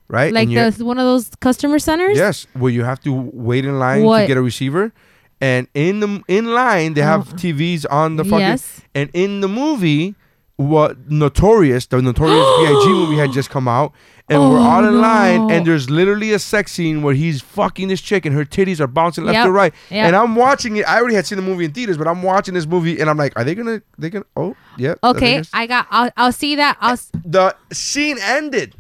right? like And you- the one of those customer centers. Yes, where you have to wait in line to What? get a receiver, and in the in line they have TVs on the fucking. Oh. Yes. And in the movie, what notorious the notorious B.I.G. movie had just come out, and we're Oh, all in line, no. and there's literally a sex scene where he's fucking this chick, and her titties are bouncing left Yep, to right, yep. and I'm watching it. I already had seen the movie in theaters, but I'm watching this movie, and I'm like, are they gonna? They gonna? Oh, yeah. I think Okay, it's- I got. I'll, I'll see that. I'll. s- the scene ended.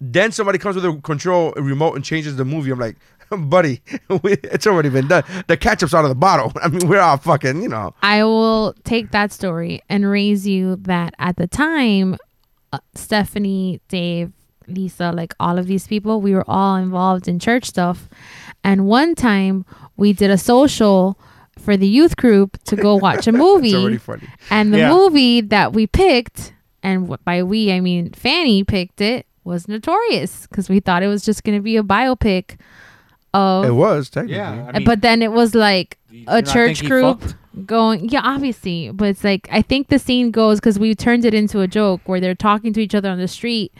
Then somebody comes with a control remote and changes the movie. I'm like, buddy, we- it's already been done. The ketchup's out of the bottle. I mean, we're all fucking, you know. I will take that story and raise you that at the time, uh, Stephanie, Dave, Lisa, like all of these people, we were all involved in church stuff. And one time we did a social for the youth group to go watch a movie. It's already funny. And the Yeah. movie that we picked, and wh- by we I mean Fanny picked it, was Notorious because we thought it was just going to be a biopic of It was technically. Yeah, I uh, mean, but then it was like you do a not church think he group fucked? going yeah obviously but it's like i think the scene goes because we turned it into a joke where they're talking to each other on the street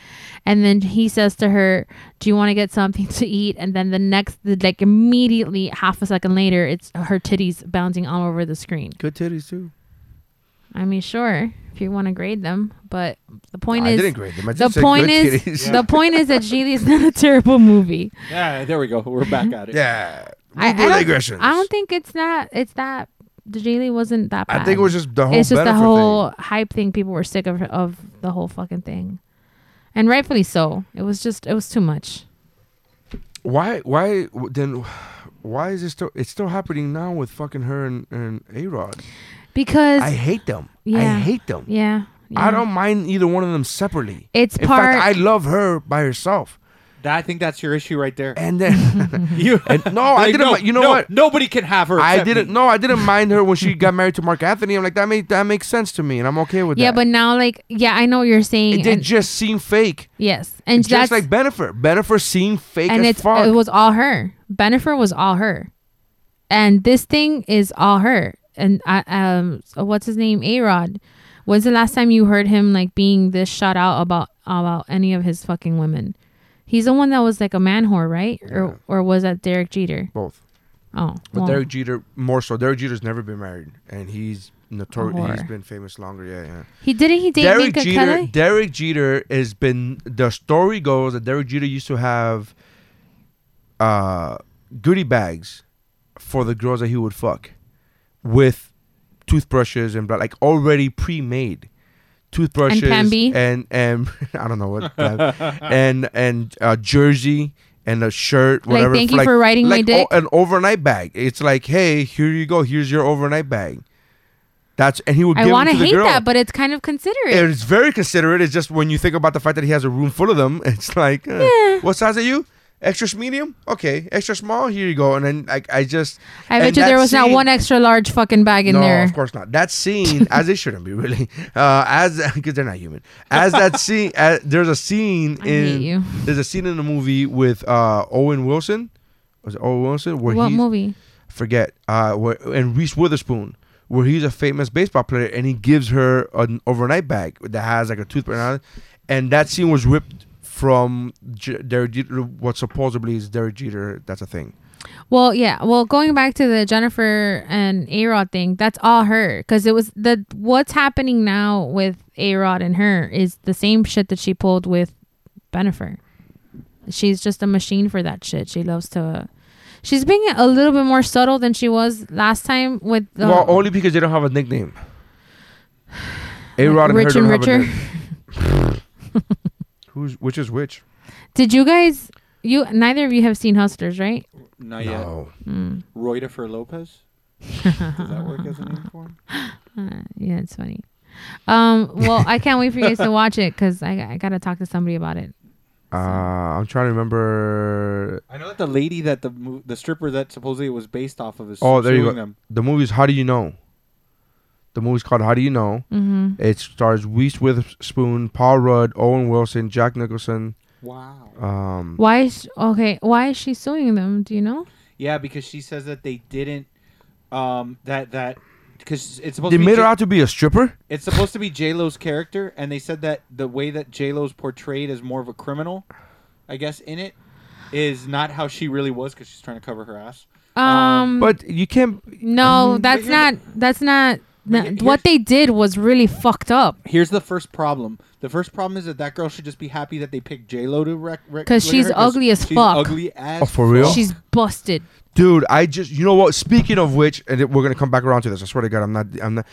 and then he says to her do you want to get something to eat and then the next the, like immediately half a second later it's her titties bouncing all over the screen Good titties too. i mean sure if you want to grade them but the point I is didn't grade them. I just the said point good is titties. the point is that Geely is not a terrible movie yeah, there we go. We're back at it. Yeah. I, I More don't, digressions. I don't think it's not. It's that Geely wasn't that bad. I think it was just the whole. it's just the benefit whole thing. hype thing. People were sick of of the whole fucking thing, and rightfully so. It was just it was too much. Why? Why w- then? Why is it still? It's still happening now with fucking her and and A Rod. Because I hate them. yeah. I hate them. yeah, I yeah. don't mind either one of them separately. Mm-hmm. It's In part. fact, I love her by herself. That- I think that's your issue right there. And then you, Oh, no, I Like, didn't mi- you know no, what? Nobody can have her. I except didn't. me. No, I didn't mind her when she got married to Mark Anthony. I'm like that. Made, that makes sense to me, and I'm okay with yeah, that. but now like yeah, I know what you're saying. it did and- just seem fake. yes, and Just that's like Benifer. Benifer seemed fake and as it's uh, fuck. it was all her. Benifer was all her, and this thing is all her. And I um, so what's his name? A Rod. When's the last time you heard him like being this shut out about about any of his fucking women? He's the one that was like a man whore, right? Or or was that Derek Jeter? Both. Oh, But well, Derek Jeter, more so. Derek Jeter's never been married, and he's notorious. whore. He's been famous longer. Yeah, yeah. he didn't he date Derek Minka Jeter. Kelly? Derek Jeter has been. The story goes that Derek Jeter used to have uh, goodie bags for the girls that he would fuck with toothbrushes and blah, like already pre-made toothbrushes Plan B? and and I don't know what plan- and and uh, jersey and a shirt Like, whatever thank you for riding my like dick? o- an overnight bag it's like hey here you go here's your overnight bag that's and he would I give want it to to the hate girl that, but it's kind of considerate. it's very considerate. It's just when you think about the fact that he has a room full of them, it's like, eh, what size are you? Extra medium? Okay. Extra small? Here you go. And then like I just I bet and you there that was not scene- one extra large fucking bag in no, there. of course not. That scene, as it shouldn't be really, uh, as because they're not human. As that scene, as, there's a scene I hate in you. there's a scene in the movie with uh, Owen Wilson. Was it Owen Wilson? Where What he's- movie? forget uh where, and Reese Witherspoon where he's a famous baseball player and he gives her an overnight bag that has like a toothbrush on it and that scene was ripped from J- Derek Jeter, what supposedly is Derek Jeter that's a thing Well, yeah. Well, going back to the Jennifer and A Rod thing, that's all her because it was the what's happening now with A Rod and her is the same shit that she pulled with Benifer. She's just a machine for that shit. She loves to. She's being a little bit more subtle than she was last time with the well only because they don't have a nickname A-Rod and her Rich don't and have a Richer. nickname. Who's which is which? Did you guys? You neither of you have seen Hustlers, right? Not yet. Reuter for Lopez. Does that work as a name for him? Yeah, it's funny. Um, well, I can't wait for you guys to watch it because I, I gotta talk to somebody about it. Uh, I'm trying to remember. I know that the lady that the mo- the stripper that supposedly it was based off of is Oh, there you suing go. them. The movie's How Do You Know? The movie's called How Do You Know? Mm-hmm. It stars Reese Witherspoon, Paul Rudd, Owen Wilson, Jack Nicholson. Wow. Um, Why is okay? Why is she suing them? Do you know? Yeah, because she says that they didn't. Um, that that because it's supposed they to be made her J- out to be a stripper? it's supposed to be J Lo's character, and they said that the way that J Lo's portrayed as more of a criminal, I guess in it, is not how she really was because she's trying to cover her ass. Um, But you can't. no, that's here's not. That's not. But no- he- what they did was really fucked up Here's the first problem. The first problem is that that girl should just be happy that they picked J Lo to wreck. wreck- 'Cause wreck she's her, ugly as she's fuck. Ugly as. Oh, for real? she's busted Dude, I just. You know what? Speaking of which, and it- we're going to come back around to this. I swear to God, I'm not. I'm not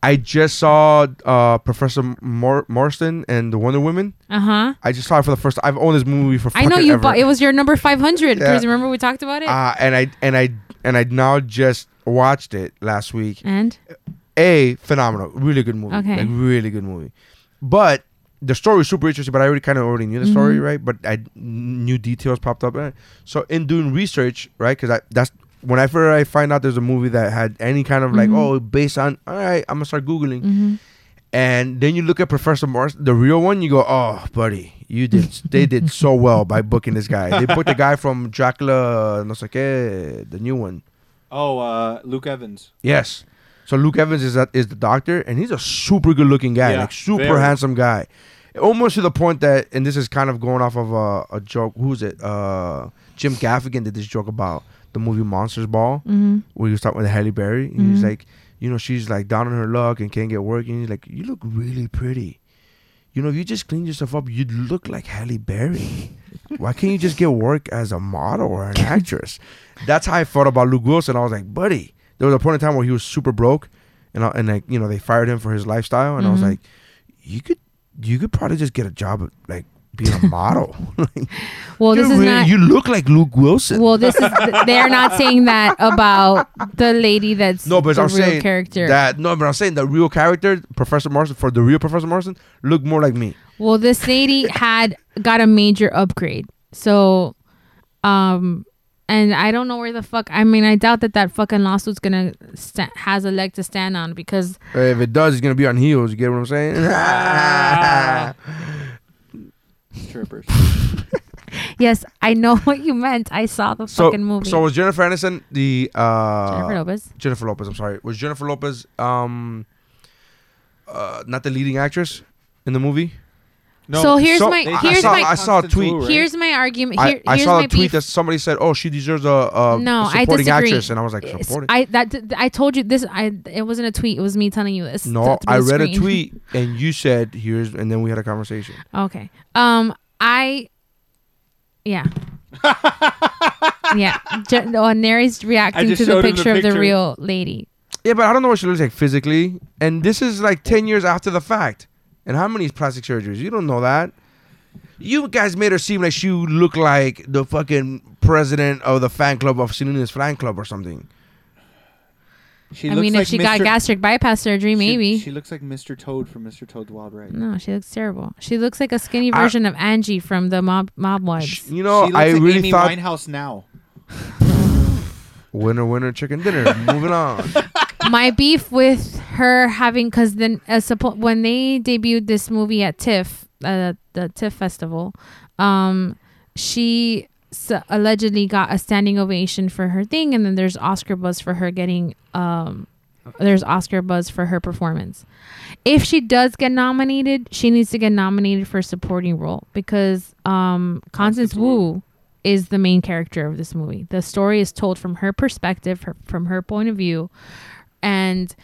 I just saw uh, Professor Mor- Marston and the Wonder Woman. uh-huh I just saw it for the first I've owned this movie for i know fucking you ever. bought it was your number 500 Yeah. Chris, remember we talked about it uh, and I and I and I now just watched it last week. and A phenomenal, really good movie. Okay. Like really good movie. But the story is super interesting, but I already kind of already knew the story, right? But I new details popped up. eh. So in doing research, right? Because I that's whenever I find out there's a movie that had any kind of like oh based on all right, I'm gonna start googling. And then you look at Professor Mars, the real one. You go, oh, buddy, you did. They did so well by booking this guy. They booked the guy from Dracula, no sé qué, the new one. Oh, uh, Luke Evans. Yes. So Luke Evans is that is the doctor, and he's a super good looking guy, Yeah, like super very. handsome guy. Almost to the point that, and this is kind of going off of a, a joke. Who's it? Uh, Jim Gaffigan did this joke about the movie Monsters Ball, where he was talking with Halle Berry. And He's like, you know, she's like down on her luck and can't get work, and he's like, you look really pretty. You know, if you just clean yourself up, you'd look like Halle Berry. Why can't you just get work as a model or an actress? That's how I felt about Luke Wilson. I was like, buddy, there was a point in time where he was super broke, and I, and like you know they fired him for his lifestyle, and I Mm-hmm. was like, you could you could probably just get a job at, like being a model. like, well this you're is really- not you look like Luke Wilson. well this is they're not saying that about the lady that's no, but the I'm real saying character that no, but I'm saying the real character, Professor Marston, for the real Professor Marston, looked more like me. Well, this lady had got a major upgrade. So, um, and I don't know where the fuck. I mean, I doubt that that fucking lawsuit's gonna sta- has a leg to stand on because Uh, If it does, it's gonna be on heels. You get what I'm saying? Strippers. yes, I know what you meant. I saw the so, fucking movie. so was Jennifer Aniston the uh, Jennifer Lopez. Jennifer Lopez. I'm sorry. Was Jennifer Lopez um, uh, not the leading actress in the movie? No, so here's so- my I- here's I saw, my I saw a Constance tweet. Wu, right? here's my argument. Here, I, I here's saw my a tweet beef. that somebody said, "Oh, she deserves a, a no, I supporting disagree. actress," and I was like, It's- "Supporting?" I that d- I told you this. I it wasn't a tweet. It was me telling you this. no, th- through I the read a screen. tweet, and you said, "Here's," and then we had a conversation. Okay. Um, I. Yeah. yeah. J- oh, Neri's reacting just to the showed him the picture, of the picture. real lady. Yeah, but I don't know what she looks like physically, and this is like ten years after the fact. And how many plastic surgeries? You don't know that. You guys made her seem like she looked like the fucking president of the fan club of Selena's fan club or something. She I looks mean, like if she Mr. got gastric bypass surgery, she- maybe. She, looks like Mr. Toad from Mr. Toad's Wild Ride. no, she looks terrible. She looks like a skinny I- version of Angie from the Mob Mob Wives. You know, she looks I like really Amy thought Winehouse now. winner, winner, chicken dinner. Moving on. my beef with her having because then as suppo- when they debuted this movie at TIFF, uh, the TIFF festival, um, she s- allegedly got a standing ovation for her thing, and then there's Oscar buzz for her getting um, there's Oscar buzz for her performance. If she does get nominated, she needs to get nominated for supporting role because um, Constance Wu is the main character of this movie. The story is told from her perspective, her, from her point of view, and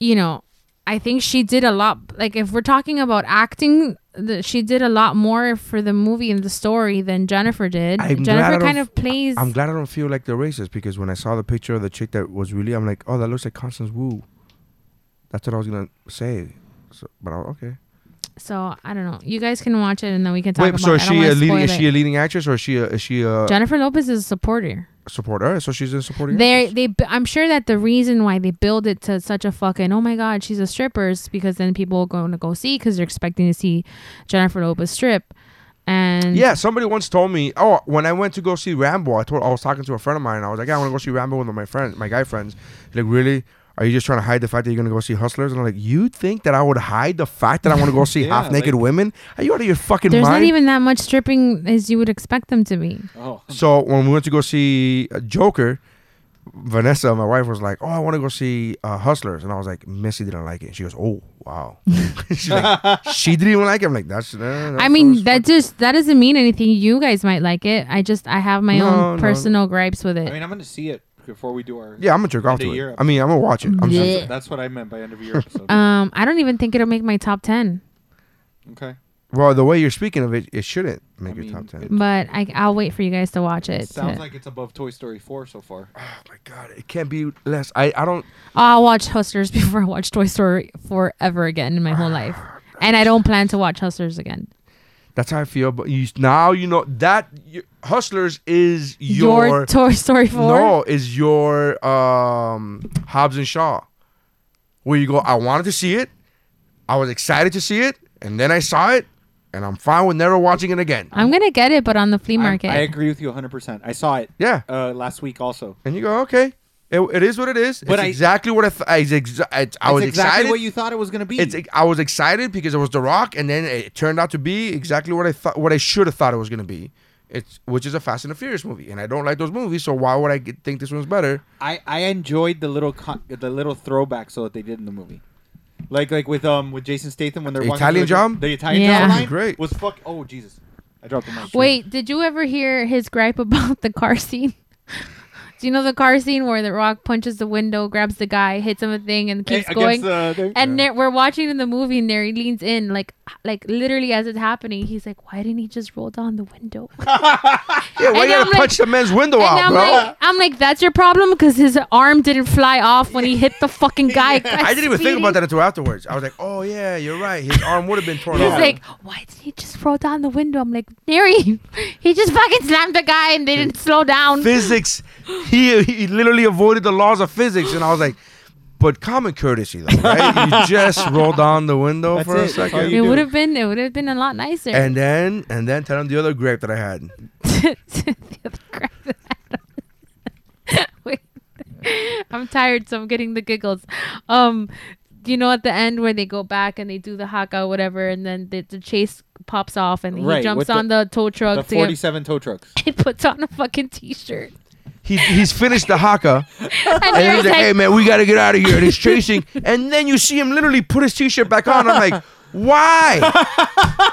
you know, I think she did a lot. Like if we're talking about acting, the, she did a lot more for the movie and the story than Jennifer did. I'm glad I Jennifer don't kind f- of plays. I'm glad I don't feel like the racist because when I saw the picture of the chick that was really, I'm like, oh, that looks like Constance Wu. That's what I was gonna say. So, but I, okay. so I don't know. You guys can watch it and then we can talk Wait, about. so it. is I don't she a wanna leading? spoil Is it. she a leading actress or is she a is she a Jennifer Lopez is a supporter. supporter? So she's in supporting. They actress. they bu- I'm sure that the reason why they build it to such a fucking oh my god she's a stripper is because then people are going to go see because they're expecting to see Jennifer Lopez strip, and Yeah, somebody once told me. Oh, when I went to go see Rambo, I told I was talking to a friend of mine. I was like, yeah, I want to go see Rambo with my friends, my guy friends. Like, really? Are you just trying to hide the fact that you're gonna go see Hustlers? And I'm like, you think that I would hide the fact that I want to go see Yeah, half naked like- women? Are you out of your fucking there's mind? not even that much stripping as you would expect them to be. Oh, So when we went to go see uh, Joker, Vanessa, my wife, was like, "Oh, I want to go see uh, Hustlers," and I was like, "Missy didn't like it." She goes, "Oh, wow." She's like, she didn't even like it. I'm like, "That's." Uh, I mean that just that doesn't mean anything. You guys might like it. I just I have my No, own no. personal gripes with it. I mean, I'm going to see it before we do our. Yeah, I'm gonna jerk off End of to it. year I mean, I'm gonna watch it. I'm just- Blech. That's what I meant by end of year episode. um, I don't even think it'll make my top ten, okay. well, the way you're speaking of it, it shouldn't make I your mean, top ten. it- but I I'll wait for you guys to watch it. Sounds to- like it's above Toy Story 4 so far. Oh my god, it can't be less. I I don't. I'll watch Hustlers before I watch Toy Story forever again in my whole life. And I don't plan to watch Hustlers again. That's how I feel. But you now you know that you, Hustlers is Your, your, Toy Story 4? No, is your um Hobbs and Shaw. Where you go, I wanted to see it, I was excited to see it, and then I saw it, and I'm fine with never watching it again. I'm going to get it, but on the flea I'm- market. I agree with you 100%. I saw it Yeah. uh, last week also. And you go, okay. It, it is what it is. But it's I- exactly what I, th- I, ex- I, I was it's exactly excited. what you thought it was going to be. it's I was excited because it was The Rock, and then it turned out to be exactly what I thought, what I should have thought it was gonna be. It's which is a Fast and the Furious movie, and I don't like those movies, so why would I get, think this one's better? I, I enjoyed the little con- the little throwback so that they did in the movie. Like like with um with Jason Statham when they're The walking Italian through the, job? the Italian Yeah. job That'd be line great. was fuck oh Jesus I dropped the mic Wait, did you ever hear his gripe about the car scene? Do you know the car scene where The Rock punches the window, grabs the guy, hits him a thing, and A- keeps against going? the thing? and there, we're watching it in the movie, and there he leans in, like, like literally as it's happening, he's like, "Why didn't he just roll down the window?" Yeah, why And you gotta I'm like- punch the man's window And out, I'm bro? like, I'm like, that's your problem because his arm didn't fly off when he hit the fucking guy. I didn't even think about that until afterwards. I was like, "Oh yeah, you're right. His arm would have been torn He's off." like, why did he just roll down the window? I'm like, Neri, he just fucking slammed the guy and they didn't slow down. physics. He he literally avoided the laws of physics, and I was like, "But common courtesy, though, right? you just roll down the window That's for it. a That's all second, you it do. would have been, it would have been a lot nicer. and then and then tell him the other grape that I had. The other crap that happened. Wait. I'm tired, so I'm getting the giggles. Um, you know, at the end where they go back and they do the haka, whatever, and then the, the chase pops off, and he Right, jumps with on the, tow truck. the to get- 47 tow trucks he puts on a fucking t-shirt. He he's finished the haka, And and he's like, Mary's like, "Hey man, we gotta get out of here." And he's chasing, and then you see him literally put his t-shirt back on. I'm like, Why?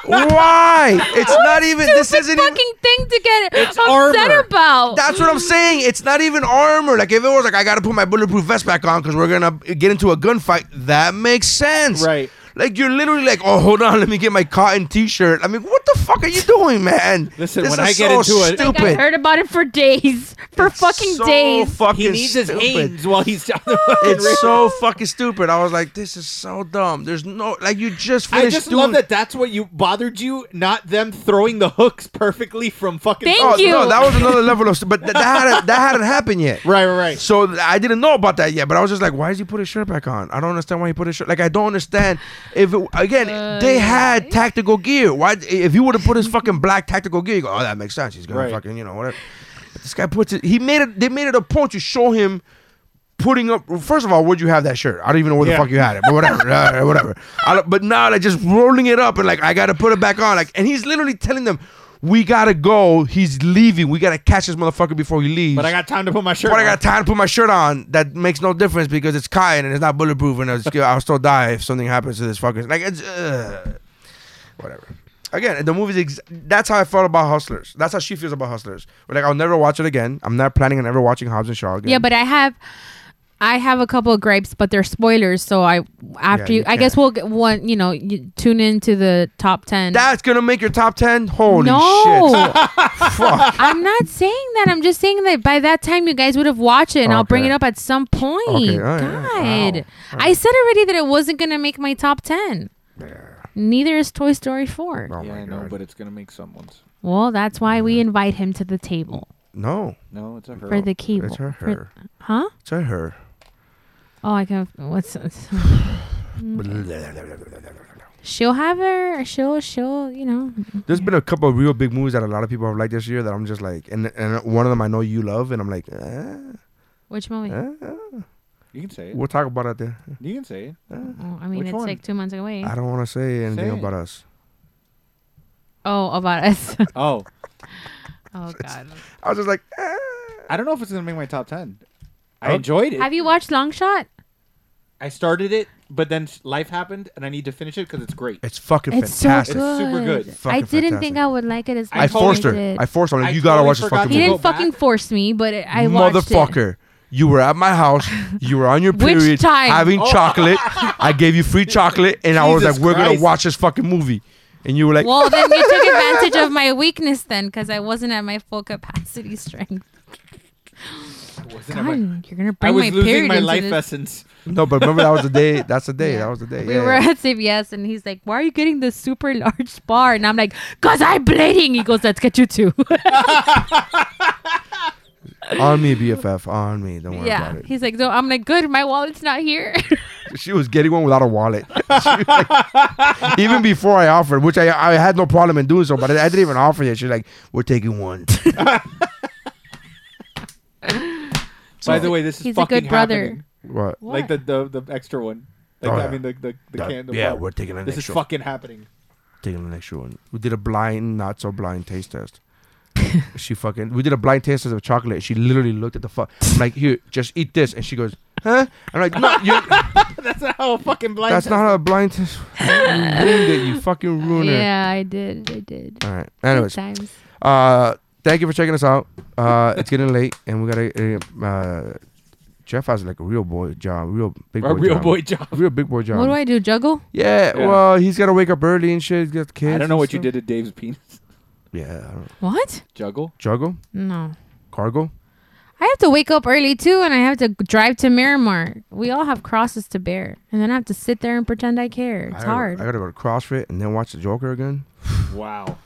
Why? It's not even. This Stupid isn't. even- fucking thing to get It's upset armor. about. That's what I'm saying. It's not even armor. Like if it was like I gotta put my bulletproof vest back on because we're gonna get into a gunfight, that makes sense. Right. Like you're literally like, oh hold on, let me get my cotton t-shirt. I mean, what the fuck are you doing, man? Listen, This when is I get so into it- Like, stupid. I heard about it for days, for fucking so days. Fucking He needs his stupid. hands while he's down the fucking It's so fucking stupid. I was like, this is so dumb. There's no like you just I finished just doing love that that's what you bothered you, not them throwing the hooks perfectly from fucking. Thank Oh you. no, that was another level of stu- but th- that hadn't, that hadn't happened yet. Right, right, right. So th- I didn't know about that yet, but I was just like, why does he put his shirt back on? I don't understand why he put his shirt. Like I don't understand if it, again they had tactical gear. Why if you would have put his fucking black tactical gear, you go, oh that makes sense. He's gonna Right. fucking you know whatever. But this guy puts it. He made it. They made it a point to show him. Putting up, first of all, where'd you have that shirt? I don't even know where Yeah. the fuck you had it, but whatever, uh, whatever. I don't- but now, like, just rolling it up and like, I gotta put it back on. Like, and he's literally telling them, "We gotta go. He's leaving. We gotta catch this motherfucker before he leaves." But I got time to put my shirt. But I on. got time to put my shirt on. That makes no difference because it's cotton and it's not bulletproof, and it's, I'll still die if something happens to this fucker. Like it's uh, whatever. Again, the movie's ex- that's how I felt about Hustlers. That's how she feels about Hustlers. We're like, I'll never watch it again. I'm not planning on ever watching Hobbs and Shaw again. Yeah, but I have, I have a couple of gripes, but they're spoilers. So I after you you, I guess can't. we'll get one. You know, you tune into the top ten. that's gonna make your top ten. Holy shit! Oh no, Fuck. I'm not saying that. I'm just saying that by that time you guys would have watched it, and I'll bring Okay. it up at some point. Okay, all right, all right. God, Wow. I said already that it wasn't gonna make my top ten. Neither is Toy Story 4. Oh Yeah, my I know, god. but it's gonna make someone's. Well, that's why we invite him to the table No, No, it's a her. for the cable. it's her. For- her. huh? It's her. her. Oh, I can. What's Mm. she'll have her. She'll she'll you know. There's been a couple of real big movies that a lot of people have liked this year that I'm just like, and and one of them I know you love, and I'm like, eh, Which movie? eh, You can say it. we'll talk about it there. You can say it. Oh, I mean, Which it's one? like two months away. I don't want to say anything Say it. about us. Oh, about us. Oh, oh God. I was just like, eh. I don't know if it's gonna make my top ten. I enjoyed it. Have you watched Long Shot? I started it, but then s- life happened, and I need to finish it because it's great. it's fucking It's fantastic. so good. It's super good. Fucking I didn't think fantastic. I would like it as much. I as totally forced her. did. I forced her. I'm I Like, you gotta totally watch this forgot fucking to he movie. go didn't fucking back. force me, but it, I watched it. Motherfucker. You were at my house. You were on your Which period time? having chocolate. I gave you free chocolate, and I was like, Oh. Jesus "We're gonna Christ. watch this fucking movie," and you were like, Well, then you took advantage of my weakness then, because I wasn't at my full capacity strength. Wasn't it God, my- you're gonna I bring was my losing period my into life this. essence. "No," but remember that was the day. That's the day. Yeah. That was the day. We Yeah, were yeah. at CVS, and he's like, "Why are you getting this super large bar?" And I'm like, "Cause I'm bleeding." He goes, "Let's get you two. on me, BFF. On me. Don't worry yeah. about it. He's like, "No." I'm like, "Good, my wallet's not here." She was getting one without a wallet. She was like- even before I offered, which I I had no problem in doing so, but I, I didn't even offer yet. She's like, "We're taking one." By the way, this is He's a fucking good brother. happening. what? Like the, the the extra one. Like Oh, I yeah. mean the the, the That- can. The yeah, bottle. we're taking an This is extra. fucking happening. taking an extra one. We did a blind, not so blind taste test. she fucking. We did a blind taste test of chocolate. and She literally looked at the fuck. I'm like, here, just eat this, and she goes, huh? I'm like, no, you, That's not how a Oh, fucking blind. that's not a blind test. You ruined it. You fucking ruined it. yeah, I did. I did. All right. Good Anyways, times. uh, thank you for checking us out. Uh, it's getting late, and we gotta. uh, Uh, Jeff has like a real boy job, real big boy a real job. boy job. real big boy job. What do I do? Juggle? yeah, Yeah. well, he's gotta wake up early and shit. He's got kids. I don't know and what you stuff. did to Dave's penis. Yeah, I don't- What? Juggle. juggle, No. cargo. I have to wake up early too, and I have to g- drive to Miramar. We all have crosses to bear, and then I have to sit there and pretend I care. It's I gotta- hard. I gotta go to CrossFit and then watch the Joker again. Wow.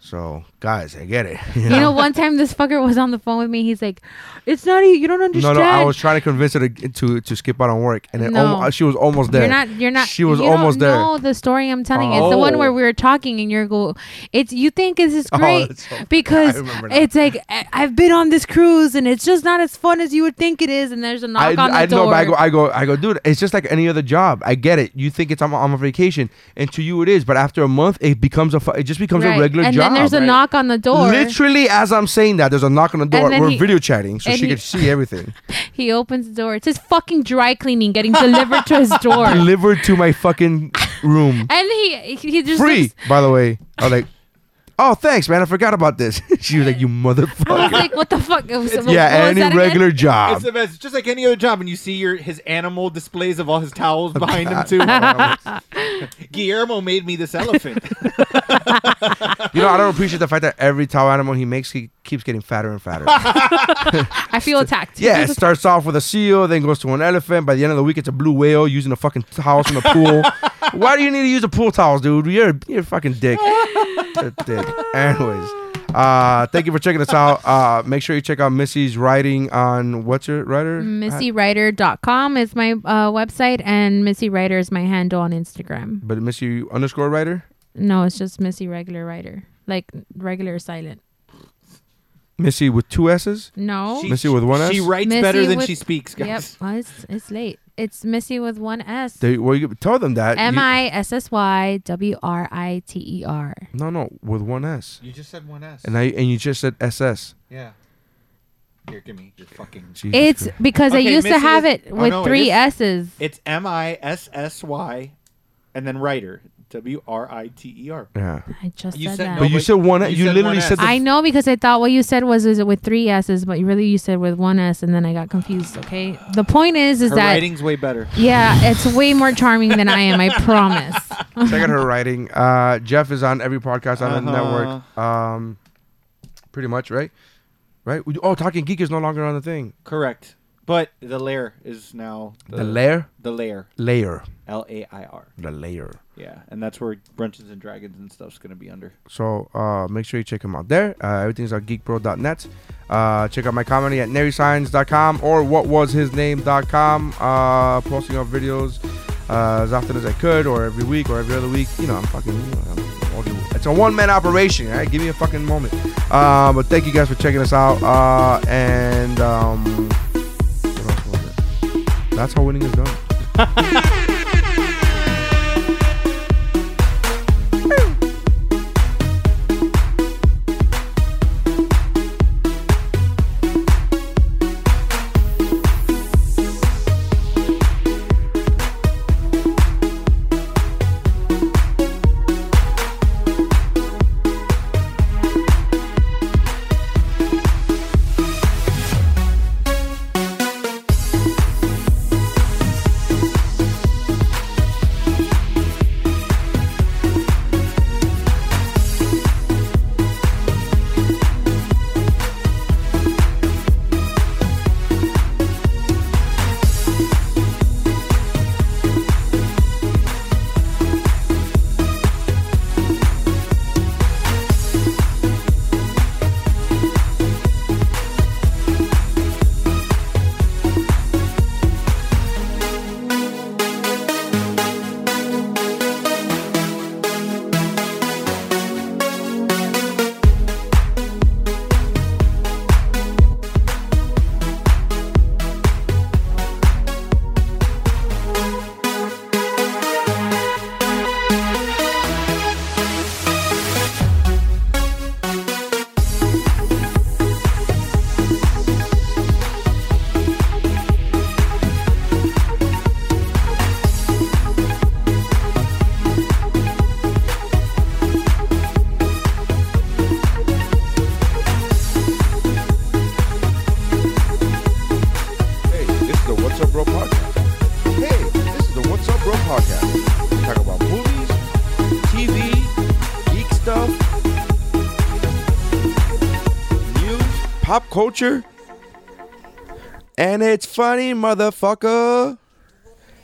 So guys, I get it. you know, one time this fucker was on the phone with me. He's like, "It's not. e- You don't no, understand. no, I was trying to convince her to to, to skip out on work, and then No. almo- she was almost there. You're not. You're not. She was you don't almost there. know the story I'm telling. you. It's the Oh. one where we were talking, and you're go. It's you think this is Oh, great that's so funny. because I remember now. it's like I, I've been on this cruise, and it's just not as fun as you would think it is. And there's a knock I, on the I door. know, but I go, I go, I go, dude. It's just like any other job. I get it. You think it's I'm, I'm on vacation, and to you it is. But after a month, it becomes a, fu- it just becomes Right. a regular and job. then there's a knock on the door. Literally, as I'm saying that, there's a knock on the door. then We're he- video chatting, so and she he- can see everything. He opens the door. It says fucking dry cleaning getting delivered to his door. Delivered to my fucking room. And he he just Free, looks- by the way. I was like, oh, thanks, man. I forgot about this. she was like, you I was motherfucker. like, what the fuck? It was- what was yeah, that any again? regular job. It's the best. It's just like any other job, and you see your his animal displays of all his towels Oh, behind him too. Guillermo made me this elephant. You know, I don't appreciate the fact that every towel animal he makes, he keeps getting fatter and fatter. I feel attacked. yeah, it starts off with a seal, then goes to an elephant. By the end of the week, it's a blue whale using a fucking towel from the pool. Why do you need to use the pool towels, dude? You're a, you're a fucking dick. You're a dick. Anyways, uh, thank you for checking us out. Uh, make sure you check out Missy's writing on what's your writer? MissyWriter.com is my uh, website, and Missy Writer is my handle on Instagram. But Missy underscore writer? No, it's just Missy Regular Writer, like regular silent. Missy with two S's? No, She- Missy with one S? She writes Missy better than with- she speaks, guys. Yep, well, it's it's late. It's Missy with one S. They, well, you tell them that. You- M I S S Y W R I T E R. No, no, with one S. You just said one S. And I and you just said SS. yeah. Here, give me your fucking. Jesus It's Christ. because I Okay, used to Missy have is- it oh, with no, it three is- S's. It's M I S S Y, and then writer. W R I T E R. yeah. I just You said, said that. no, But you but said one. You, you said literally one said. S. The, I know because I thought what you said was is it with three S's, but you really you said with one S, and then I got confused. Okay, the point is is Her that writing's way better. yeah, it's way more charming than I am. I promise. Check out her writing. Uh, Jeff is on every podcast on the network. Um, pretty much, right? Right. We- Oh, talking geek is no longer on the thing. Correct. But the lair is now The, layer, The lair. layer, L A I R. the layer. Yeah, and that's where Brunches and Dragons and stuff's gonna be under. So uh, make sure you check him out there. Uh, everything's on geekbro.net. Uh, check out my comedy at narysigns.com or whatwashisname.com. Uh, posting up videos uh, as often as I could, or every week, or every other week. You know, I'm fucking. You know, I'm all the- it's a one man operation. All right, give me a fucking moment. Uh, but thank you guys for checking us out. Uh, and um, what else was it? that's how winning is done. Hey, this is the What's Up Bro podcast. Hey, this is the What's Up Bro podcast. We talk about movies, TV, geek stuff, news, pop culture, and it's funny, motherfucker.